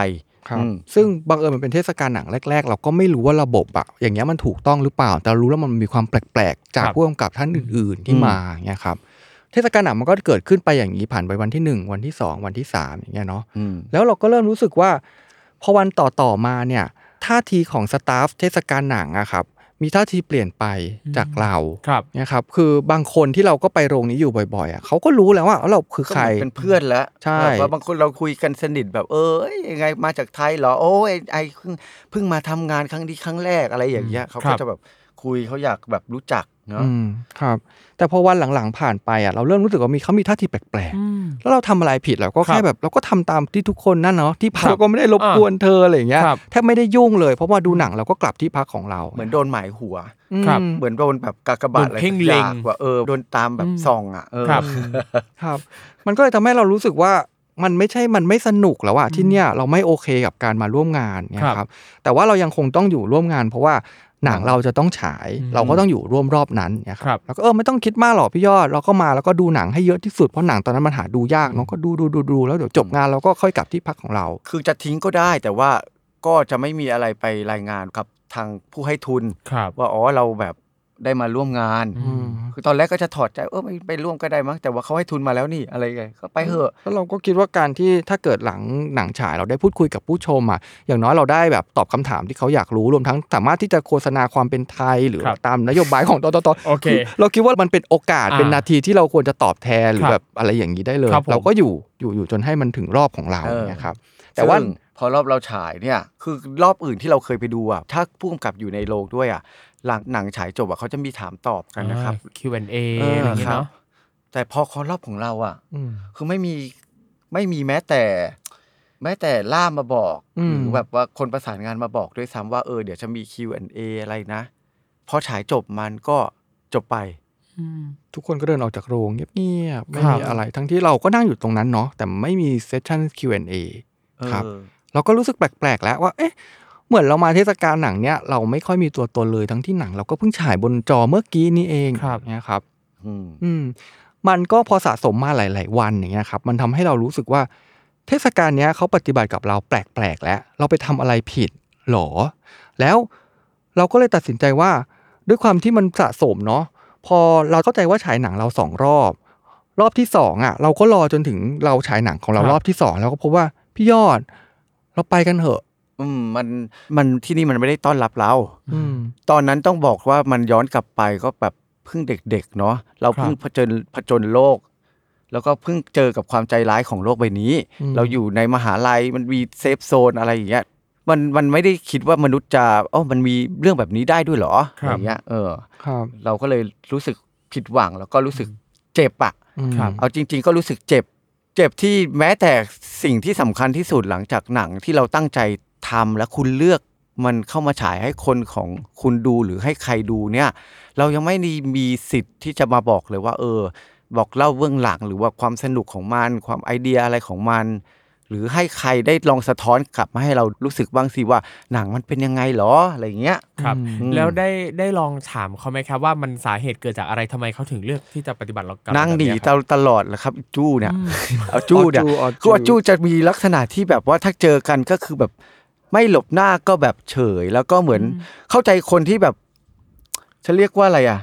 Speaker 3: ครับ
Speaker 2: อืม
Speaker 3: ซึ่งบังเอิญมันเป็นเทศกาลหนังแรก ๆ เราก็ไม่รู้ว่าระบบอะอย่างเงี้ยมันถูกต้องหรือเปล่า แต่รู้แล้วมันมีความแปลกๆ จาก
Speaker 1: ครับ
Speaker 3: ผู้กำกับท่านอื่น ๆ ที่มาอย่างเงี้ยครับเทศกาลหนังมันก็เกิดขึ้นไปอย่างนี้ผ่านไปวันที่หนึ่งวันที่สองวันที่สามอย่างเงี้ยเนาะ
Speaker 2: อืม
Speaker 3: แล้วเราก็เริ่มรู้สึกว่า พอวันต่อต่อๆมาเนี่ยท่าทีของสตาฟเทศกาลหนังอะครับมีท่าทีเปลี่ยนไปจากเรา
Speaker 1: ครับ
Speaker 3: เนี่ยครับคือบางคนที่เราก็ไปโรงนี้อยู่บ่อยๆอะเขาก็รู้แล้วว่าเราคือใคร
Speaker 2: ก็เหมือนเป็นเพื่อนแล้ว
Speaker 3: ใช่
Speaker 2: แบบว่าบางคนเราคุยกันสนิทแบบเอ้ยยังไงมาจากไทยเหรอ โอ้ยไอเพิ่งเพิ่งมาทำงานครั้งนี้ครั้งแรกอะไรอย่างเงี้ยเขา
Speaker 1: ครั
Speaker 2: ก็
Speaker 1: บ
Speaker 2: จะแบบคุยเขาอยากแบบรู้จักเนาะ
Speaker 3: อืมครับ แต่พอวันหลังๆผ่านไปอะเราเริ่มรู้สึกว่ามีเขามีท่าทีแปลกๆแล้วเราทำอะไรผิดเราก็แค่แบบเราก็ทำตามที่ทุกคนนั่นเนาะที่พัก
Speaker 1: ครับ
Speaker 3: เราก็ไม่ได้รบกวนเธออะไรอย่างเงี้ย
Speaker 1: ครับ
Speaker 3: แทบไม่ได้ยุ่งเลยเพราะว่าดูหนังเราก็กลับที่พักของเรา
Speaker 2: เหมือนโดนหมายหัว
Speaker 3: อืม
Speaker 1: ครับ
Speaker 2: เหมือนโดนแบบกากบา
Speaker 1: โด
Speaker 2: ท
Speaker 1: น
Speaker 2: อะไร
Speaker 1: เพ่งเล็ง
Speaker 2: สักอย่าว่าเออโดนตามแบบ
Speaker 1: อืม
Speaker 2: ส่องอ่ะเออ
Speaker 1: ครับ
Speaker 3: ครับมันก็เลยทำให้เรารู้สึกว่ามันไม่ใช่มันไม่สนุกแล้วอะที่เนี่ยเราไม่โอเคกับการมาร่วมงานเนี่ย
Speaker 1: ค
Speaker 3: ค
Speaker 1: รั
Speaker 3: รั
Speaker 1: บบ
Speaker 3: แต่ว่าเรายังคงต้องอยู่ร่วมงาน เพราะว่าหนังเราจะต้องฉาย
Speaker 1: อืม
Speaker 3: เราก็ต้องอยู่ร่วมรอบนั้นเนี่ยค
Speaker 1: ครั
Speaker 3: รั
Speaker 1: บบ
Speaker 3: แล้วก็เออไม่ต้องคิดมากหรอกพี่ยอดเราก็มาแล้วก็ดูหนังให้เยอะที่สุดเพราะหนังตอนนั้นมันหาดูยากเนาะก็ดูดูดูดูแล้วเดี๋ยวจบงานเราก็ค่อยกลับที่พักของเรา
Speaker 2: คือจะทิ้งก็ได้แต่ว่าก็จะไม่มีอะไรไปรายงานกับทางผู้ให้ทุน
Speaker 1: ครับ
Speaker 2: ว่าอ๋อเราแบบได้มาร่วมงาน
Speaker 1: อืม
Speaker 2: คือตอนแรกก็จะถอดใจเออไม่ไปร่วมก็ได้มั้งแต่ว่าเขาให้ทุนมาแล้วนี่อะไรไงก็ไปเถอะ
Speaker 3: แล้วเราก็คิดว่าการที่ถ้าเกิดหลังหนังฉายเราได้พูดคุยกับผู้ชมอ่ะอย่างน้อยเราได้แบบตอบคำถามที่เขาอยากรู้รวมทั้งสามารถที่จะโฆษณาความเป็นไทยหรือ
Speaker 1: ครับ
Speaker 3: ตามนโยบายของตตต
Speaker 1: โอเค
Speaker 3: เราคิดว่ามันเป็นโอกาส
Speaker 1: อ่า
Speaker 3: เป็นนาทีที่เราควรจะตอบแทนหรื
Speaker 1: ครั
Speaker 3: อบ แบบอะไรอย่างนี้ได้เลย
Speaker 1: ครับผม
Speaker 3: เราก็อยู่อยู่อยู่จนให้มันถึงรอบของเรา
Speaker 2: เออ
Speaker 3: เนี่ยครับแต่
Speaker 2: แต่
Speaker 3: ว่า
Speaker 2: ว่าพอรอบเราฉายเนี่ยคือรอบอื่นที่เราเคยไปดูอ่ะถ้าผู้กำกับอยู่ในโรงด้วยอ่ะหลังหนังฉายจบอ่ะเขาจะมีถามตอบกันนะครับ
Speaker 1: อ่า Q&A
Speaker 2: เอออ
Speaker 1: อะไรอย่างเงี้ย
Speaker 2: ครับ
Speaker 1: เนาะ
Speaker 2: แต่พอคอรอบของเราอ่ะ
Speaker 3: อืม
Speaker 2: คือไม่มีไม่มีแม้แต่ แม้แต่ล่ามมาบอก
Speaker 3: อืม
Speaker 2: หรือแบบว่าคนประสานงานมาบอกด้วยซ้ำว่าเออเดี๋ยวจะมี Q&A อะไรนะพอฉายจบมันก็จบไป
Speaker 3: ทุกคนก็เดินออกจากโรงเงียบๆไม่
Speaker 1: ครับ
Speaker 3: มีอะไร ทั้งที่เราก็นั่งอยู่ตรงนั้นเนาะแต่ไม่มีเซสชั่น Q&A ครับ
Speaker 2: เออ
Speaker 3: เราก็รู้สึกแปลกๆแล้วว่า เอ๊ะ เหมือนเรามาเทศกาลหนังเนี่ยเราไม่ค่อยมีตัวตนเลยทั้งที่หนัง เราก็เพิ่งฉายบนจอเมื่อกี้นี้เอง
Speaker 1: ครับ
Speaker 3: เนี่ยครับ
Speaker 2: อืม
Speaker 3: อืม มันก็พอสะสมมาหลาย ๆ วันอย่างเงี้ยครับ มันทำให้เรารู้สึกว่า เทศกาลเนี้ยเขาปฏิบัติกับเราแปลก ๆ แล้ว เราไปทำอะไรผิดหรอ แล้วเราก็เลยตัดสินใจว่า ด้วยความที่มันสะสมเนาะ พอเราเข้าใจว่าฉายหนังเราสองรอบ รอบที่สองอ่ะ เราก็รอจนถึงเราฉายหนังของเรา
Speaker 1: ครับ
Speaker 3: รอบที่สองแล้วก็พบว่าพี่ยอด เราไปกันเถอะ
Speaker 2: อืมมันมันที่นี่มันไม่ได้ต้อนรับเรา
Speaker 3: อืม
Speaker 2: ตอนนั้นต้องบอกว่ามันย้อนกลับไปก็แบบเพิ่งเด็กๆเนาะเราเพิ่งผจญผจญโลก แล้วก็เพิ่งเจอกับความใจร้ายของโลกใบนี้
Speaker 3: อืม
Speaker 2: เราอยู่ในมหาลัยมันมีเซฟโซนอะไรอย่างเงี้ยมันมันไม่ได้คิดว่ามนุษย์จะเอ๋อมันมีเรื่องแบบนี้ได้ด้วยเหรอ
Speaker 1: ค
Speaker 2: อะ
Speaker 1: รับ
Speaker 2: ไรเงี้ยเออ
Speaker 3: ครับ
Speaker 2: เราก็เลยรู้สึกผิดหวังแล้วก็รู้สึกเจ็บอะ
Speaker 1: ครับ
Speaker 2: เอาจริง ๆ ก็รู้สึกเจ็บ เจ็บที่แม้แต่สิ่งที่สำคัญที่สุดหลังจากหนังที่เราตั้งใจทำและคุณเลือกมันเข้ามาฉายให้คนของคุณดูหรือให้ใครดูเนี่ย เรายังไม่ได้มีสิทธิ์ที่จะมาบอกเลยว่า เออ บอกเล่าเบื้องหลังหรือว่าความสนุกของมัน ความไอเดียอะไรของมัน หรือให้ใครได้ลองสะท้อนกลับมาให้เรารู้สึกบ้างสิว่า หนังมันเป็นยังไงเหรออะไรอย่างเงี้ย
Speaker 1: ครับ
Speaker 2: อืม
Speaker 1: แล้วได้ได้ลองถามเขาไหมครับว่ามันสาเหตุเกิดจากอะไรทำไมเขาถึงเลือกที่จะปฏิบัติเรากับเรา
Speaker 2: นั่งหนี
Speaker 1: แบบเยครับ
Speaker 2: ตลอดแหละครับอีจู้เนี่ยเอาจู้เนี่ย
Speaker 3: อ๋อจู้
Speaker 2: คือว่าจู้จะมีลักษณะที่แบบว่าถ้าเจอกันก็คือแบบไม่หลบหน้าก็แบบเฉย แล้วก็เหมือนเข้าใจคนที่แบบจะเรียกว่าอะไรอ่ะ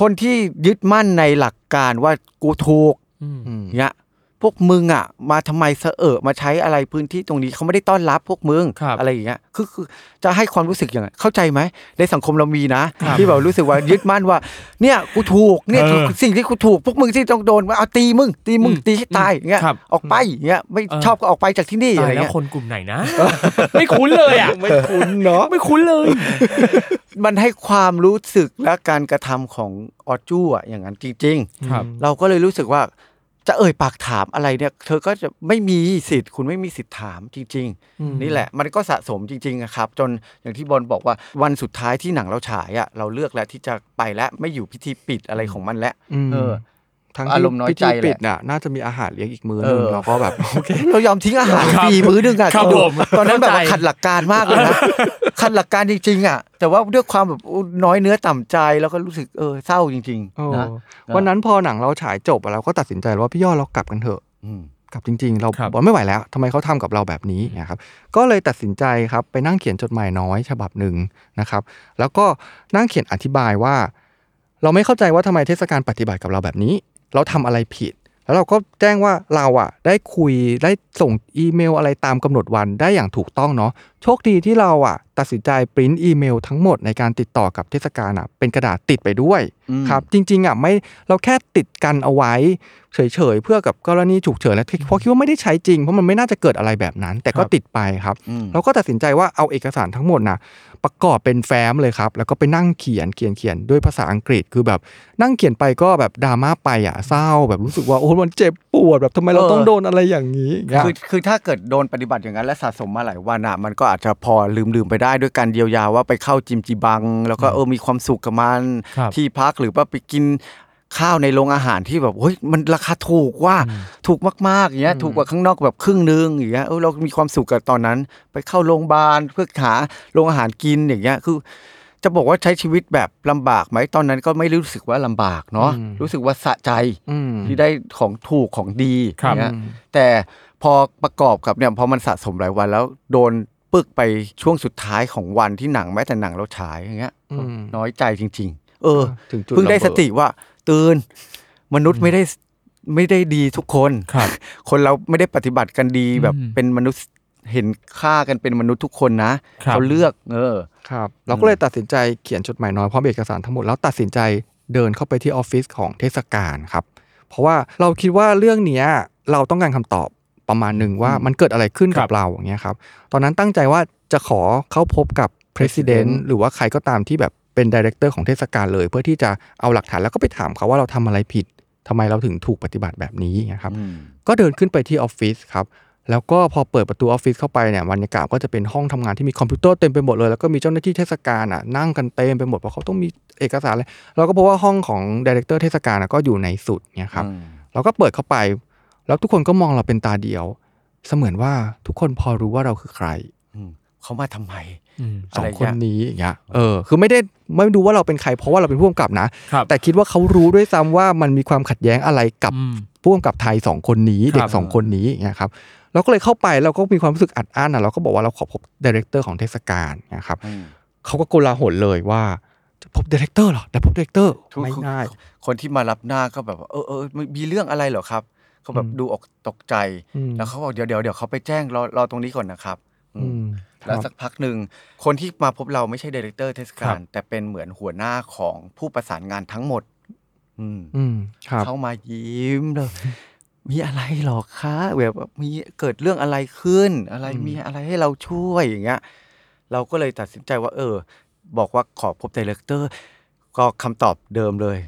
Speaker 2: คนที่ยึดมั่นในหลักการว่ากูถูก
Speaker 1: อืม
Speaker 2: เนี่ยพวกมึงอ่ะ มาทำไมเสอะเอะมาใช้อะไรพื้นที่ตรงนี้เขาไม่ได้ต้อนรับพวกมึง
Speaker 1: ครับ
Speaker 2: อะไรอย่างเงี้ยคือคือจะให้ความรู้สึกอย่างนั้นเข้าใจไหม ในสังคมเรามีนะ
Speaker 1: ครับ
Speaker 2: ที่แบบรู้สึกว่ายึดมั่นว่า เนี่ยกูถูกเนี่ยถูกสิ่งที่กูถูกพวกมึงที่ต้องโดนว่าเอาตีมึง ตีมึงตีให้ตายอย่างเงี้ย
Speaker 1: ครับ
Speaker 2: ออกไปอย่างเงี้ยไม่
Speaker 1: เออ
Speaker 2: ชอบก็ออกไปจากที่นี่
Speaker 1: ตา
Speaker 2: อะไร
Speaker 1: ยแล้ว
Speaker 2: เงี้ย
Speaker 1: คนกลุ่มไหนนะ ไม่คุ้นเลยอ่ะไม่คุ้นเนาะไม่คุ้นเลย
Speaker 2: มันให้ความรู้สึกและการกระทำของออจู้อะอย่างนั้นจริง ๆ
Speaker 1: ครับ
Speaker 2: เราก็เลยรู้สึกว่าจะเอ่ยปากถามอะไรเนี่ย เธอก็จะไม่มีสิทธิ์ คุณไม่มีสิทธิ์ถามจริง ๆ นี่แหละมันก็สะสมจริงๆอะครับ จนอย่างที่บอลบอกว่าวันสุดท้ายที่หนังเราฉายอะเราเลือกแล้วที่จะไปแล้วไม่อยู่พิธีปิดอะไรของมันแล้ว
Speaker 3: ม
Speaker 2: เออ
Speaker 3: ทั้ง
Speaker 2: อา
Speaker 3: ที่
Speaker 2: รมณ์น้อย
Speaker 3: พิ
Speaker 2: ใจ
Speaker 3: ธี
Speaker 2: แหละ
Speaker 3: ปิดน่ะน่าจะมีอาหารเลี้ยงอีกมื้อนึง
Speaker 2: เออ
Speaker 3: เราก็แบบ โอเค
Speaker 2: เรายอมทิ้งอาหาร
Speaker 1: ครับ
Speaker 2: ฟรีมื้อหนึงอะ
Speaker 1: ครับ
Speaker 2: ณดู
Speaker 1: ผม
Speaker 2: ตอนนั้นแบบว่า
Speaker 1: เข้าใจ
Speaker 2: ขัดหลักการมากเลย นะ ขัดหลักการจริงๆอะแต่ว่าด้วยความแบบน้อยเนื้อต่ำใจแล้วก็รู้สึกเออเศร้าจริง
Speaker 3: โอ้
Speaker 2: ๆนะ
Speaker 3: วันนั้นพอหนังเราฉายจบอะเราก็ตัดสินใจว่าพี่ยอดเรากลับกันเถอะ
Speaker 2: อืม
Speaker 3: ลับจริง ๆ เรา
Speaker 1: ครับ
Speaker 3: บอกไม่ไหวแล้วทำไมเขาทำกับเราแบบนี้เนะครับก็เลยตัดสินใจครับไปนั่งเขียนจดหมายน้อยฉบับหนึ่งนะครับ แล้วก็นั่งเขียนอธิบายว่า เราไม่เข้าใจว่าทำไมเทศกาลปฏิบัติกับเราแบบนี้ เราทำอะไรผิด แล้วเราก็แจ้งว่าเราอ่ะได้คุยได้ส่งอีเมลอะไรตามกำหนดวันได้อย่างถูกต้องเนาะโชคดีที่เราอ่ะตัดสินใจปริ้นอีเมลทั้งหมดในการติดต่อกับเทศกาลอ่ะเป็นกระดาษติดไปด้วย
Speaker 2: อืม
Speaker 3: ครับจริงๆอ่ะไม่เราแค่ติดกันเอาไว้ เฉยๆเพื่อกับกรณีฉุกเฉินและเพราะคิดว่าไม่ได้ใช้จริงเพราะมันไม่น่าจะเกิดอะไรแบบนั้น แต่ก็
Speaker 1: ครับ
Speaker 3: ติดไปครับ
Speaker 2: อืม
Speaker 3: เราก็ตัดสินใจว่าเอาเอกสารทั้งหมดนะประกอบเป็นแฟ้มเลยครับ แล้วก็ไปนั่งเขียนเขียนเขียนด้วยภาษาอังกฤษคือแบบนั่งเขียนไปก็แบบดราม่าไปอ่ะเศร้า แบบรู้สึกว่าโอ้ยมันเจ็บปวดแบบทำไมเราต้องโดนอะไรอย่างนี้อย่างเงี้ย
Speaker 2: คือคือถ้าเกิดโดนปฏิบัติอย่างนั้นและสะสมมาหลายวันอ่ะมันก็อาจจะพอลืมลืมๆไปได้ด้วยการเยียวยาว่าไปเข้าจิมจีบัง แล้วก็เออมีความสุขกับมัน
Speaker 1: ครับ
Speaker 2: ที่พักหรือว่าไปกินข้าวในโรงอาหารที่แบบเฮ้ยมันราคาถูกว่าถูกมากๆอย่างเงี้ยถูกกว่าข้างนอกแบบครึ่งนึงอย่างเงี้ยเออเรามีความสุขกับตอนนั้น ไปเข้าโรงพยาบาลเพื่อหาโรงอาหารกินอย่างเงี้ยคือ จะบอกว่าใช้ชีวิตแบบลำบากไหมตอนนั้นก็ไม่รู้สึกว่าลำบากเนาะ
Speaker 3: อืม
Speaker 2: รู้สึกว่าสะใจ
Speaker 3: อืม
Speaker 2: ที่ได้ของถูกของดี
Speaker 1: ครับ
Speaker 2: เนี่ยแต่พอประกอบกับเนี่ยพอมันสะสมหลายวันแล้วโดนปึกไปช่วงสุดท้ายของวันที่หนังแม้แต่หนังเราฉายอย่างเงี้ย
Speaker 3: อืม
Speaker 2: น้อยใจจริง ๆ เออ
Speaker 3: ถึงจุด
Speaker 2: เพิ่งได้
Speaker 3: ระบิ
Speaker 2: สติว่าตื่นมนุษย์ไม่ได้ไม่ได้ดีทุกคน
Speaker 1: ครับ
Speaker 2: คนเราไม่ได้ปฏิบัติกันดีแบบ
Speaker 1: อืม
Speaker 2: เป็นมนุษย์เห็นค่ากันเป็นมนุษย์ทุกคนนะครับ เขาเลือกเออ
Speaker 3: ครับเราก็เลยตัดสินใจเขียนจดหมายน้อยพร้อมเอกสารทั้งหมดแล้วตัดสินใจเดินเข้าไปที่ออฟฟิศของเทศกาลครับ เพราะว่าเราคิดว่าเรื่องเนี้ยเราต้องการคำตอบประมาณหนึ่งว่ามันเกิดอะไรขึ้น
Speaker 1: ครั
Speaker 3: กับบ เราอย่างเงี้ยครับ ตอนนั้นตั้งใจว่าจะขอเข้าพบกับ
Speaker 2: President
Speaker 3: President หรือว่าใครก็ตามที่แบบเป็นดี r e c เตอร์ของเทศกาลเลย เพื่อที่จะเอาหลักฐานแล้วก็ไปถามเขาว่าเราทำอะไรผิดทำไมเราถึงถูกปฏิบัติแบบนี้อย่างเงี้ยครับ
Speaker 2: อืม
Speaker 3: ก็เดินขึ้นไปที่ออฟฟิศครับ แล้วก็พอเปิดประตูออฟฟิศเข้าไปเนี่ยบรรยากาศก็จะเป็นห้องทำงานที่มีคอมพิวเตอร์เต็มไปหมดเลย แล้วก็มีเจ้าหน้าที่เทศกาลอ่ะนั่งกันเต็มไปหมดเพราะเขาต้องมีเอกสารอะไรเราก็พบว่าห้องของดีเรคเตอร์เทศกาลอะก็อยู่ในสุดเนี่ยครับ เราก็เปิดเข้าไป แล้วทุกคนก็มองเราเป็นตาเดียว เสมือนว่าทุกคนพอรู้ว่าเราคือใคร
Speaker 2: อืมเขามาทำไม
Speaker 3: ส
Speaker 2: อะ
Speaker 3: อ
Speaker 2: ไรง อย่าง
Speaker 3: ค
Speaker 2: เงี้
Speaker 3: น
Speaker 2: ย
Speaker 3: นี้อย่างเงี้ยเออ คือไม่ได้ไม่รู้ว่าเราเป็นใครเพราะว่าเราเป็นผู้กำกับนะ
Speaker 1: ครับ
Speaker 3: แต่คิดว่าเขารู้ด้วยซ้ำว่ามันมีความขัดแย้งอะไรกับ
Speaker 1: อืม
Speaker 3: ผู้กำกับไทยสองคนนี้
Speaker 1: ครับ
Speaker 3: เด็กสองคนนี้อย่างเงี้ยครับเราก็เลยเข้าไปเราก็มีความรู้สึกอัดอั้นอ่ะเราก็บอกว่าเราขอพบดีเรคเตอร์ของเทศกาลนะครับ
Speaker 2: อืม
Speaker 3: เขาก็โกลาหลเลยว่าจะพบดีเรคเตอร์เหรอแต่พบดีเรคเตอร์ไม่ง่าย
Speaker 2: คนที่มารับหน้าก็แบบว่าเออเออมันมีเรื่องอะไรเหรอครับ เขาแบบ
Speaker 3: อืม
Speaker 2: ดูออกตกใจ
Speaker 3: อืม
Speaker 2: แล้วเขาบอกเดี๋ยวเดี๋ยวเดี๋ยวเขาไปแจ้งรอรอตรงนี้ก่อนนะครับอื
Speaker 3: อื
Speaker 2: ม
Speaker 3: ม
Speaker 2: แล้วสักพักหนึ่งคนที่มาพบเราไม่ใช่ดีเรคเตอร์เทศ
Speaker 1: ครั
Speaker 2: กาล
Speaker 1: บ
Speaker 2: แต่เป็นเหมือนหัวหน้าของผู้ประสานงานทั้งหมด อืม
Speaker 3: อืมครับ
Speaker 2: เข้ามายิ้มเลยมีอะไรเหรอคะแบบว่ามีเกิดเรื่องอะไรขึ้น อะไรมีอะไรให้เราช่วยอย่างเงี้ย เราก็เลยตัดสินใจว่า เออ บอกว่าขอพบดีเรคเตอร์ ก็คำตอบเดิมเลย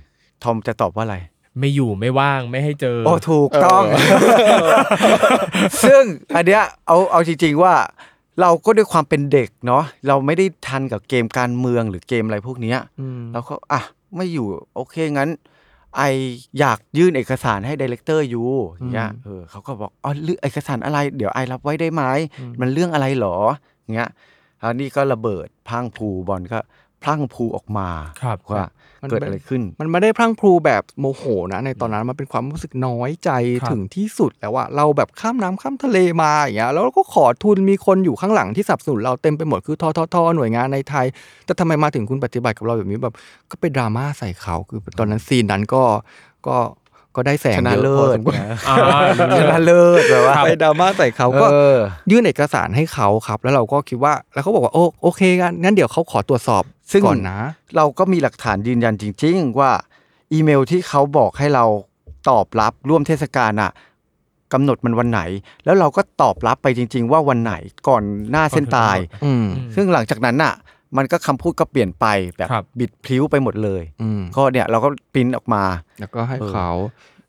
Speaker 2: ทอมจะตอบว่าอะไร
Speaker 1: ไม่อยู่ไม่ว่างไม่ให้เจอ
Speaker 2: โอ้ถูกต้อง ซึ่งอันเนี้ยเอาเอาจริงๆว่า เราก็ด้วยความเป็นเด็กเนาะเราไม่ได้ทันกับเกมการเมืองหรือเกมอะไรพวกเนี้ยเราก็อ่ะไม่อยู่โอเคงั้น ไออยากยื่นเอกสารให้ดีเลกเตอร์อยู่อย่างเงี้ย
Speaker 3: อืม
Speaker 2: เออเขาก็บอกอ๋อเรื่องเอกสารอะไร เดี๋ยวไอรับไว้ได้ไหมมันเรื่องอะไรหรออย่างเงี้ยอันนี้ก็ระเบิดพรังพรูบอลก็พรังพรูออกมา
Speaker 1: ครับ
Speaker 2: ว่า
Speaker 3: มัน
Speaker 2: เกิด
Speaker 3: เป็น
Speaker 2: อะไรขึ้น
Speaker 3: มันไม่ได้พรั่งพรูแบบโมโหนะในตอนนั้นมันเป็นความรู้สึกน้อยใจ
Speaker 1: ครับ
Speaker 3: ถึงที่สุดแล้วว่าเราแบบข้ามน้ำข้ามทะเลมาอย่างเงี้ยแล้วเราก็ขอทุนมีคนอยู่ข้างหลังที่สนับสนุนเราเต็มไปหมดคือทอทอทอหน่วยงานในไทย แต่ทำไมมาถึงคุณปฏิบัติกับเราแบบนี้แบบก็ไปดราม่าใส่เขาคือตอนนั้นซีนนั้นก็ก็ก็ได้แสง
Speaker 2: ชนะ
Speaker 3: ยอ
Speaker 2: เลิ
Speaker 3: พอ
Speaker 2: ศ
Speaker 3: สมควร
Speaker 2: นะ
Speaker 1: อ่า
Speaker 2: ชนะ เลิศแบบว่า
Speaker 3: ไปดราม่าใส่เขาก็
Speaker 2: เออ
Speaker 3: ยื่นเอกสารให้เขาครับ แล้วเราก็คิดว่าแล้วเขาบอกว่าโอโอเคงั้นงั้นเดี๋ยวเขาขอตรวจสอบ
Speaker 2: ซึ่ง
Speaker 3: ก่อนนะ
Speaker 2: เราก็มีหลักฐานยืนยันจริง ๆ ว่าอีเมลที่เขาบอกให้เราตอบรับร่วมเทศกาลอ่ะกำหนดมันวันไหน แล้วเราก็ตอบรับไปจริง ๆ ว่าวันไหนก่อนหน้าเส้นตาย
Speaker 3: อืม
Speaker 2: ซึ่งหลังจากนั้นอ่ะ มันก็คำพูดก็เปลี่ยนไปแบบ
Speaker 1: ครับ
Speaker 2: บิดพลิ้วไปหมดเลย
Speaker 3: อืม
Speaker 2: ก็เนี่ยเราก็ปริ้นออกมา
Speaker 3: แล้วก็ให้
Speaker 2: เออ
Speaker 3: เขา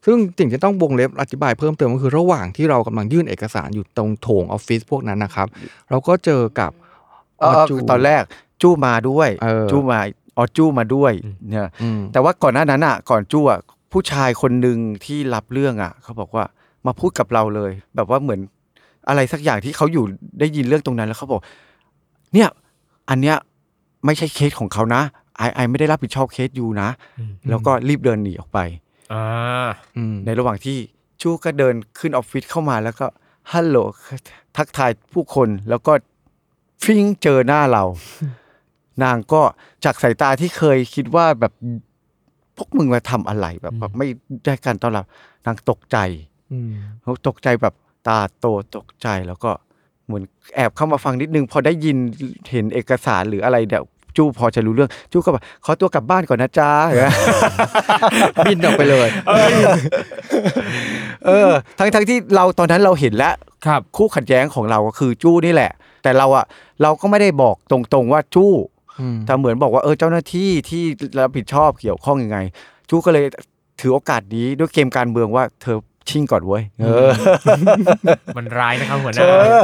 Speaker 3: ซึ่งสิ่งที่ต้องวงเล็บอธิบายเพิ่มเติมก็คือระหว่างที่เรากำลังยื่นเอกสารอยู่ตรงโถงออฟฟิศพวกนั้นนะครับ เราก็เจอกับ
Speaker 2: เออ
Speaker 3: จู
Speaker 2: ตอนแรกจู้มาด้วย
Speaker 3: เออ
Speaker 2: จู้มาออจู้มาด้วยเนี่ย
Speaker 3: อืม
Speaker 2: แต่ว่าก่อนหน้านั้นอ่ะก่อนจู้อ่ะผู้ชายคนหนึ่งที่รับเรื่องอ่ะ เขาบอกว่ามาพูดกับเราเลย แบบว่าเหมือนอะไรสักอย่างที่เขาอยู่ได้ยินเรื่องตรงนั้นแล้วเขาบอก เนี่ย อันเนี้ยไม่ใช่เคสของเขานะไอไอไม่ได้รับผิดชอบเคสอยู่นะ
Speaker 1: อืม
Speaker 2: แล้วก็รีบเดินหนีออกไป
Speaker 1: อ่า
Speaker 2: ในระหว่างที่ ชูก็เดินขึ้นออฟฟิศเข้ามาแล้วก็ฮัลโหลทักทายผู้คนแล้วก็ฟิ้งเจอหน้าเรา นางก็จากสายตาที่เคยคิดว่าแบบพวกมึงมาทำอะไรแบบแบบไม่ได้การต้อนรับนางตกใจ
Speaker 3: อืม
Speaker 2: เขาตกใจแบบตาโตตกใจแล้วก็เหมือนแอบเข้ามาฟังนิดนึง พอได้ยินเห็นเอกสารหรืออะไรเดี๋ยวจู้พอจะรู้เรื่อง จู้ก็แบบขอตัวกลับบ้านก่อนนะจ๊ะ
Speaker 3: บินออกไปเลย
Speaker 2: เออ ทั้งทั้งที่เราตอนนั้นเราเห็นแล้ว
Speaker 1: ครับ
Speaker 2: คู่ขัดแย้งของเราก็คือจู้นี่แหละ แต่เราอะเราก็ไม่ได้บอกตรงๆว่าจู้
Speaker 3: อืม
Speaker 2: แต่เหมือนบอกว่าเออเจ้าหน้าที่ที่รับผิดชอบเกี่ยวข้องยังไง จู้ก็เลยถือโอกาสนี้ด้วยเกมการเมืองว่าเธอชิ่งก่อนเว้ยเออ
Speaker 1: มันร้ายนะครับหัวห
Speaker 2: เอ
Speaker 1: น้า
Speaker 2: อ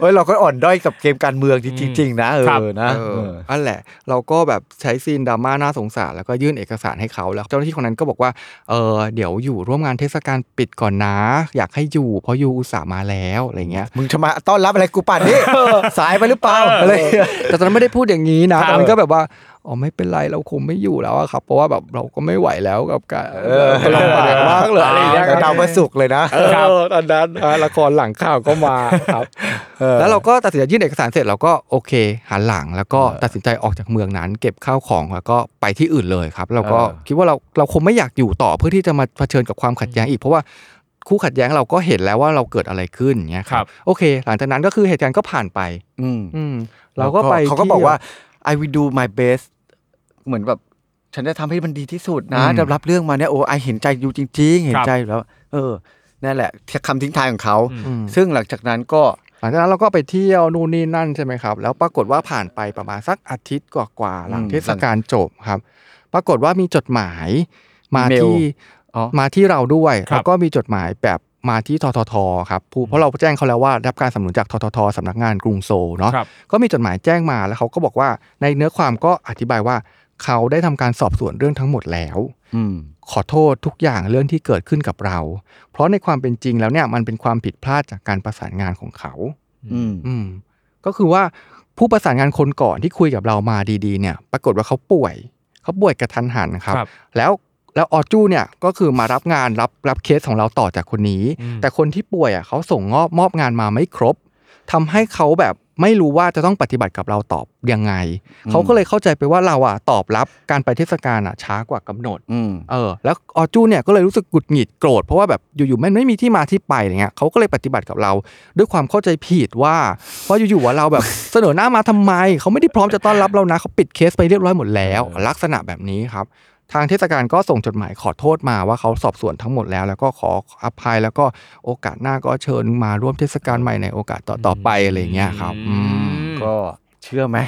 Speaker 2: เอ้ยเราก็อ่อนด้อยกับเกมการเมืองจริงๆจริงๆนะเอ
Speaker 1: ครับ
Speaker 2: อนะ
Speaker 3: เอ
Speaker 2: เอ
Speaker 3: อ
Speaker 2: อ
Speaker 3: นั่นแหละ เราก็แบบใช้ซีนดราม่าน่าสงสาร แล้วก็ยื่นเอกสารให้เขาแล้ว เจ้าหน้าที่คนนั้นก็บอกว่า เออเดี๋ยวอยู่ร่วมงานเทศกาลปิดก่อนนะ อยากให้อยู่ เพราะยูอุตส่าห์มาแล้วอะไรเงี้ย
Speaker 2: มึงจะมาต้อนรับอะไรกูป่านนี้ สายไปหรือเปล่าอะไรเงี้ย
Speaker 3: แต่ตอนนั้นไม่ได้พูดอย่างนี้นะตอนนั้นก็แบบว่า อ๋อไม่เป็นไรเราคงไม่อยู่แล้วอะครับ เพราะว่าแบบเราก็ไม่ไหวแล้วกับการ
Speaker 2: เออลำบากมากเลยอะไรเงี้ยดาวมาสุกเลยนะ
Speaker 3: เออตอนนั้นอ่ะละครหลังข่าวก็มาครับ
Speaker 2: เออ
Speaker 3: แล้วเราก็ตัดสินใจยื่นเอกสารเสร็จเราก็โอเคหันหลังแล้วก็ตัดสินใจออกจากเมืองนั้น เก็บข้าวของแล้วก็ไปที่อื่นเลยครับ เราก็
Speaker 2: เออ
Speaker 3: คิดว่าเราเราคงไม่อยากอยู่ต่อเพื่อที่จะมาเผชิญกับความขัดแย้งอีก เพราะว่าคู่ขัดแย้งเราก็เห็นแล้วว่าเราเกิดอะไรขึ้นเงี้ย
Speaker 1: ครับ
Speaker 3: โอเค หลังจากนั้นก็คือเหตุการณ์ก็ผ่านไป
Speaker 2: อืม
Speaker 3: อืมเราก็ไป
Speaker 2: เขาก็บอก
Speaker 3: ที่ยว
Speaker 2: ว่า I will do my best เหมือนแบบฉันจะทำให้มันดีที่สุดนะ
Speaker 3: อืม
Speaker 2: จะรับเรื่องมาเนี่ยโอ้ไอเห็นใจอยู่จริง ๆ เห็นใจอยู่แล้ว เออนั่นแหละคำทิ้งท้ายของเขา
Speaker 3: อืม
Speaker 2: ซึ่งหลังจากนั้นก็
Speaker 3: หลังจากนั้นเราก็ไปเที่ยวนู่นนี่นั่นใช่ไหมครับ แล้วปรากฏว่าผ่านไปประมาณสักอาทิตย์กว่าๆหลังเทศกาลจบครับ ปรากฏว่ามีจดหมายมาที่
Speaker 2: อ๋อ
Speaker 3: มาที่เราด้วย
Speaker 1: ครับ
Speaker 3: แล้วก็มีจดหมายแบบมาที่ทททครับผู้เพราะเราแจ้งเขาแล้วว่าได้รับการสนับสนุนจากทททสำนักงานกรุงโซลเนาะ
Speaker 1: ครับ
Speaker 3: ก็มีจดหมายแจ้งมาแล้วเขาก็บอกว่าในเนื้อความก็อธิบายว่าเขาได้ทำการสอบสวนเรื่องทั้งหมดแล้ว
Speaker 2: อืม
Speaker 3: ขอโทษทุกอย่างเรื่องที่เกิดขึ้นกับเรา เพราะในความเป็นจริงแล้วเนี่ยมันเป็นความผิดพลาดจากการประสานงานของเขา
Speaker 2: อืม
Speaker 3: อืมก็คือว่าผู้ประสานงานคนก่อนที่คุยกับเรามาดีๆ เนี่ย ปรากฏว่าเขาป่วยเขาป่วยกระทันหันครับ
Speaker 1: ครับ
Speaker 3: แล้วแล้วออจูเนี่ยก็คือมารับงานรับรับเคสของเราต่อจากคนนี้
Speaker 1: อืม
Speaker 3: แต่คนที่ป่วยอ่ะเขาส่งงอบมอบงานมาไม่ครบทำให้เขาแบบไม่รู้ว่าจะต้องปฏิบัติกับเราตอบยังไง
Speaker 2: อืม
Speaker 3: เขาก็เลยเข้าใจไปว่าเราอ่ะตอบรับการไปเทศกาลอ่ะช้ากว่ากำหนด
Speaker 2: อืม
Speaker 3: เออแล้วออจูเนี่ยก็เลยรู้สึกหงุดหงิดโกรธเพราะว่าแบบอยู่ๆมันไม่มีที่มาที่ไปอะไรเงี้ยเขาก็เลยปฏิบัติกับเรา ด้วยความเข้าใจผิดว่าว่าอยู่ๆว่าเราแบบ เสนอหน้ามาทำไม เขาไม่ได้พร้อมจะต้อนรับเรานะเขาปิดเคสไปเรียบร้อยหมดแล้ว ลักษณะแบบนี้ครับ ทางเทศกาลก็ส่งจดหมายขอโทษมาว่าเขาสอบสวนทั้งหมดแล้ว แล้วก็ขออภัยแล้วก็โอกาสหน้าก็เชิญมาร่วมเทศกาลใหม่ในโอกาสต่อๆไปอะไรเงี้ยครับอืม
Speaker 2: ก็เชื่อ ไหม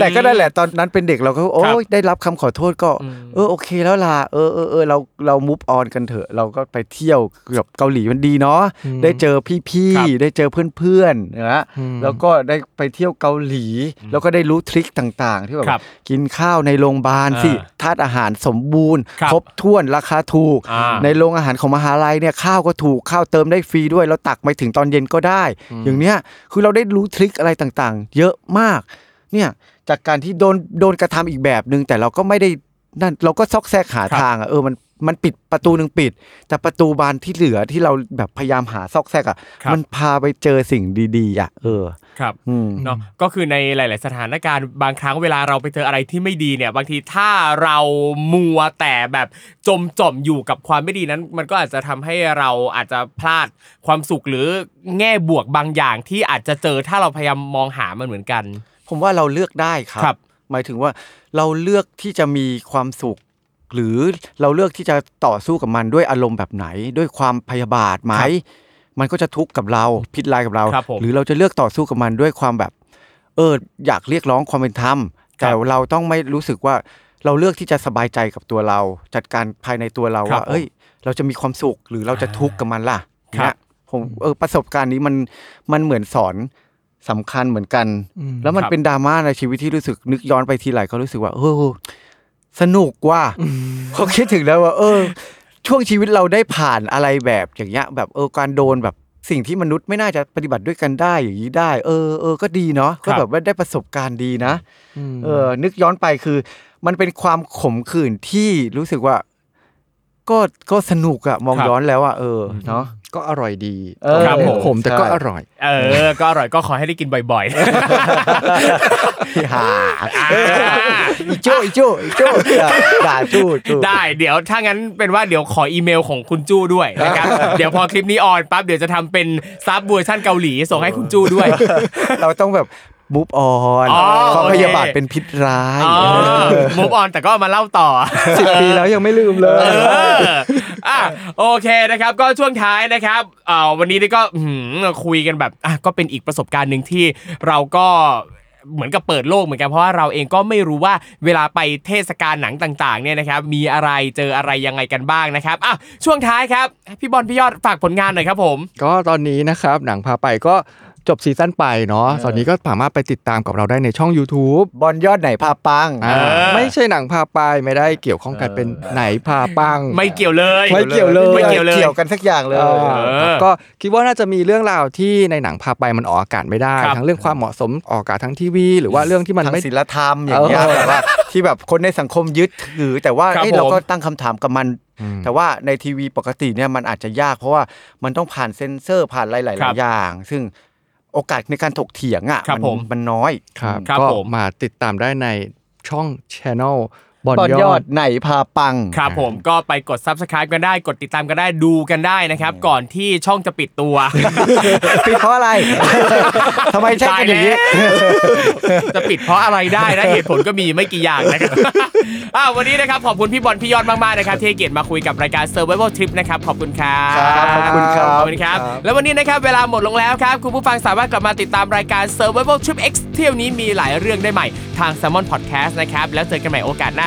Speaker 2: แต่ก็ได้แหละตอนนั้นเป็นเด็กเราก็โอ้ยได้รับคำขอโทษก็
Speaker 1: อืม
Speaker 2: เออโอเคแล้วล่ะเออเออเออเราเรามูฟออนกันเถอะ เราก็ไปเที่ยวกับเกาหลีมันดีเนาะ
Speaker 3: อืม
Speaker 2: ได้เจอพี่
Speaker 1: ครับ
Speaker 2: ๆได้เจอเพื่อนๆนะ
Speaker 3: อืม
Speaker 2: แล้วก็ได้ไปเที่ยวเกาหลี แล้วก็ได้รู้ทริคต่างๆ ที่แบบ
Speaker 1: ครับ
Speaker 2: กินข้าวในโรงพยาบาลสิ
Speaker 1: อ่า
Speaker 2: ธาตุอาหารสมบูรณ์
Speaker 1: ครับ
Speaker 2: ครบถ้วนราคาถูก
Speaker 1: อ่า
Speaker 2: ในโรงอาหารของมหาลัยเนี่ยข้าวก็ถูกข้าวเติมได้ฟรีด้วย แล้วตักไปถึงตอนเย็นก็ได้ อย่างเนี้ยคือเราได้รู้ทริคอะไรต่างๆ เยอะมาก เนี่ยจากการที่โดนโดนกระทำอีกแบบหนึ่งแต่เราก็ไม่ได้นั่นเราก็ซอกแซกหา
Speaker 1: ครับ
Speaker 2: ทางอ่ะเออมันมันปิดประตูหนึ่งปิด แต่ประตูบานที่เหลือที่เราแบบพยายามหาซอกแซกอ่ะ
Speaker 1: ครับ
Speaker 2: มันพาไปเจอสิ่งดีๆอ่ะเออ
Speaker 1: ครับ
Speaker 2: อืม
Speaker 1: เนาะก็คือในหลาย ๆ สถานการณ์บางครั้งเวลาเราไปเจออะไรที่ไม่ดีเนี่ย บางทีถ้าเรามัวแต่แบบจมจ่อมอยู่กับความไม่ดีนั้น มันก็อาจจะทำให้เราอาจจะพลาดความสุขหรือแง่บวกบางอย่างที่อาจจะเจอถ้าเราพยายามมองหามันเหมือนกัน
Speaker 2: ผมว่าเราเลือกได้ครับ
Speaker 1: ครับ
Speaker 2: หมายถึงว่าเราเลือกที่จะมีความสุข หรือเราเลือกที่จะต่อสู้กับมันด้วยอารมณ์แบบไหน ด้วยความพยาบาทไหมมันก็จะทุกข์กับเราพิษร้ายกับเรา
Speaker 1: ครับผม
Speaker 2: หรือเราจะเลือกต่อสู้กับมันด้วยความแบบ เอออยากเรียกร้องความเป็นธรรม
Speaker 1: ครับ
Speaker 2: แต่เราต้องไม่รู้สึกว่าเราเลือกที่จะสบายใจกับตัวเรา จัดการภายในตัวเรา
Speaker 1: ครับ
Speaker 2: ว่า เอ้ย เราจะมีความสุขหรือเราจะทุกข์กับมันล่ะ
Speaker 1: ครับ
Speaker 2: เนี่ยผมเออประสบการณ์นี้มันมันเหมือนสอนสำคัญเหมือนกัน
Speaker 3: อืม
Speaker 2: แล้วมั
Speaker 1: ค
Speaker 2: น
Speaker 1: รับ
Speaker 2: เป็นดราม่าในชีวิตที่รู้สึกนึกย้อนไปทีไรก็รู้สึกว่าเออสนุกว่ะ เขาคิดถึงแล้วว่า เออ ช่วงชีวิตเราได้ผ่านอะไรแบบอย่างเงี้ย แบบเออการโดนแบบสิ่งที่มนุษย์ไม่น่าจะปฏิบัติด้วยกันได้อย่างนี้ได้ เออเออก็ดีเนาะก็
Speaker 1: ครับ
Speaker 2: แบบว่าได้ประสบการณ์ดีนะ
Speaker 3: ม
Speaker 2: เออนึกย้อนไปคือ มันเป็นความขมขื่นที่รู้สึกว่า ก็ก็สนุกอะมอง
Speaker 1: ครับ
Speaker 2: ย้อนแล้วอะเออเนาะ
Speaker 3: ก็อร่อยดี
Speaker 2: เออ
Speaker 1: ครับผม
Speaker 3: ผมแต่ก็
Speaker 2: ใช่
Speaker 3: อร่อย
Speaker 1: เออ ก็อร่อยก็ขอให้ได้กินบ่อย
Speaker 2: ฮ่า
Speaker 1: ๆ
Speaker 2: อีโจ้อีโจ้อีโจ้ด่าจู้จู้
Speaker 1: ได้เดี๋ยวถ้างั้นเป็นว่าเดี๋ยวขออีเมลของคุณจู้ด้วยนะครับ เดี๋ยวพอคลิปนี้ออนปั๊บเดี๋ยวจะทำเป็นซับเวอร์ชั่นเกาหลีส่งให้คุณจู้ด้วย
Speaker 2: เราต้องแบบบูบออน
Speaker 1: อ๋อ
Speaker 2: ความพยาบาท
Speaker 1: โอเค
Speaker 2: เป็นพิษร้าย
Speaker 1: อ๋อมูฟออนแต่ก็เอามาเล่าต่อ
Speaker 3: สิบปีแล้วยังไม่ลืมเลย
Speaker 1: เอออ่ะโอเคนะครับก็ช่วงท้ายนะครับเอ่อวันนี้นี่ก็อื้อหือคุยกันแบบอ่ะก็เป็นอีกประสบการณ์หนึ่งที่เราก็เหมือนกับเปิดโลกเหมือนกันเพราะว่าเราเองก็ไม่รู้ว่าเวลาไปเทศกาลหนังต่างๆเนี่ยนะครับมีอะไรเจออะไรยังไงกันบ้างนะครับอ่ะช่วงท้ายครับพี่บอลพี่ยอดฝากผลงานหน่อยครับผม
Speaker 3: ก็ตอนนี้นะครับหนังพาไปก็จบซีซั่นไปเนาะตอนนี้ก็สามารถไปติดตามกับเราได้ในช่อง YouTube
Speaker 2: บอลยอดไหนพาปัง
Speaker 3: อ่า
Speaker 1: เออ
Speaker 3: ไม่ใช่หนังพาไปไม่ได้เกี่ยวข้องกันเป็นไหนพาปัง
Speaker 1: ไม่เกี่ยวเลย
Speaker 3: ไม่เกี่ยวเลย
Speaker 1: ไม่เกี่ยวเลย
Speaker 2: เกี่ยวกันสักอย่างเลย
Speaker 1: เออ
Speaker 3: ก็คิดว่าน่าจะมีเรื่องราวที่ในหนังพาไปมันออกอากาศไม่ได้
Speaker 1: ครับ
Speaker 3: ทั้งเรื่องความเหมาะสมออกอากาศทั้งทีวี หรือว่าเรื่องที่มัน
Speaker 2: ทาง
Speaker 3: ไม่
Speaker 2: ศิลธรรมอย่างเงี้ย
Speaker 3: เออ
Speaker 2: แบบว่าที่แบบคนในสังคมยึดถือ แต่ว่า
Speaker 1: ครับ
Speaker 2: เอ้ยเรา
Speaker 1: ผม
Speaker 2: ก็ตั้งคำถามกับมัน แต่ว่าในทีวีปกติเนี่ยมันอาจจะยาก เพราะว่ามันต้องผ่านเซ็นเซอร์ผ่านหลาย
Speaker 1: ครั
Speaker 2: ๆ
Speaker 1: บ
Speaker 2: อย่าง ซึ่งโอกาสในการถกเถียงอ่ะ
Speaker 1: ครับ
Speaker 2: มั
Speaker 1: ผม
Speaker 2: มันน้อย
Speaker 3: ครับ
Speaker 1: ครับ
Speaker 3: ก็
Speaker 1: ผม
Speaker 3: มาติดตามได้ในช่อง Channel บอล
Speaker 2: บอล
Speaker 3: ย
Speaker 2: ยอ
Speaker 3: อ
Speaker 2: ด
Speaker 3: ด
Speaker 2: ไหนพาปัง
Speaker 1: ครับผมก็ไปกด subscribe กันได้กดติดตามกันได้ดูกันได้นะครับ ก่อนที่ช่องจะปิดตัว
Speaker 2: ปิดเพราะอะไร ทำไมใช่กันอย่างนี้
Speaker 1: ตายแล้ว จะปิดเพราะอะไรได้นะเหตุผลก็มีไม่กี่อย่างนะครับ อ่าวันนี้นะครับขอบคุณพี่บอลพี่ยอดมากๆนะครับที่ให้เกียรติมาคุยกับรายการ Survival Trip นะครับขอบคุณครับ
Speaker 2: ครับขอบคุณครับ
Speaker 1: ขอบคุณครับ แล้ววันนี้นะครับเวลาหมดลงแล้วครับ คุณผู้ฟังสามารถกลับมาติดตามรายการ Survival Trip X เที่ยวนี้มีหลายเรื่องได้ใหม่ทาง s ซ m o n Podcast นะครับแล้วเจอกันใหม่โอกาสหน้า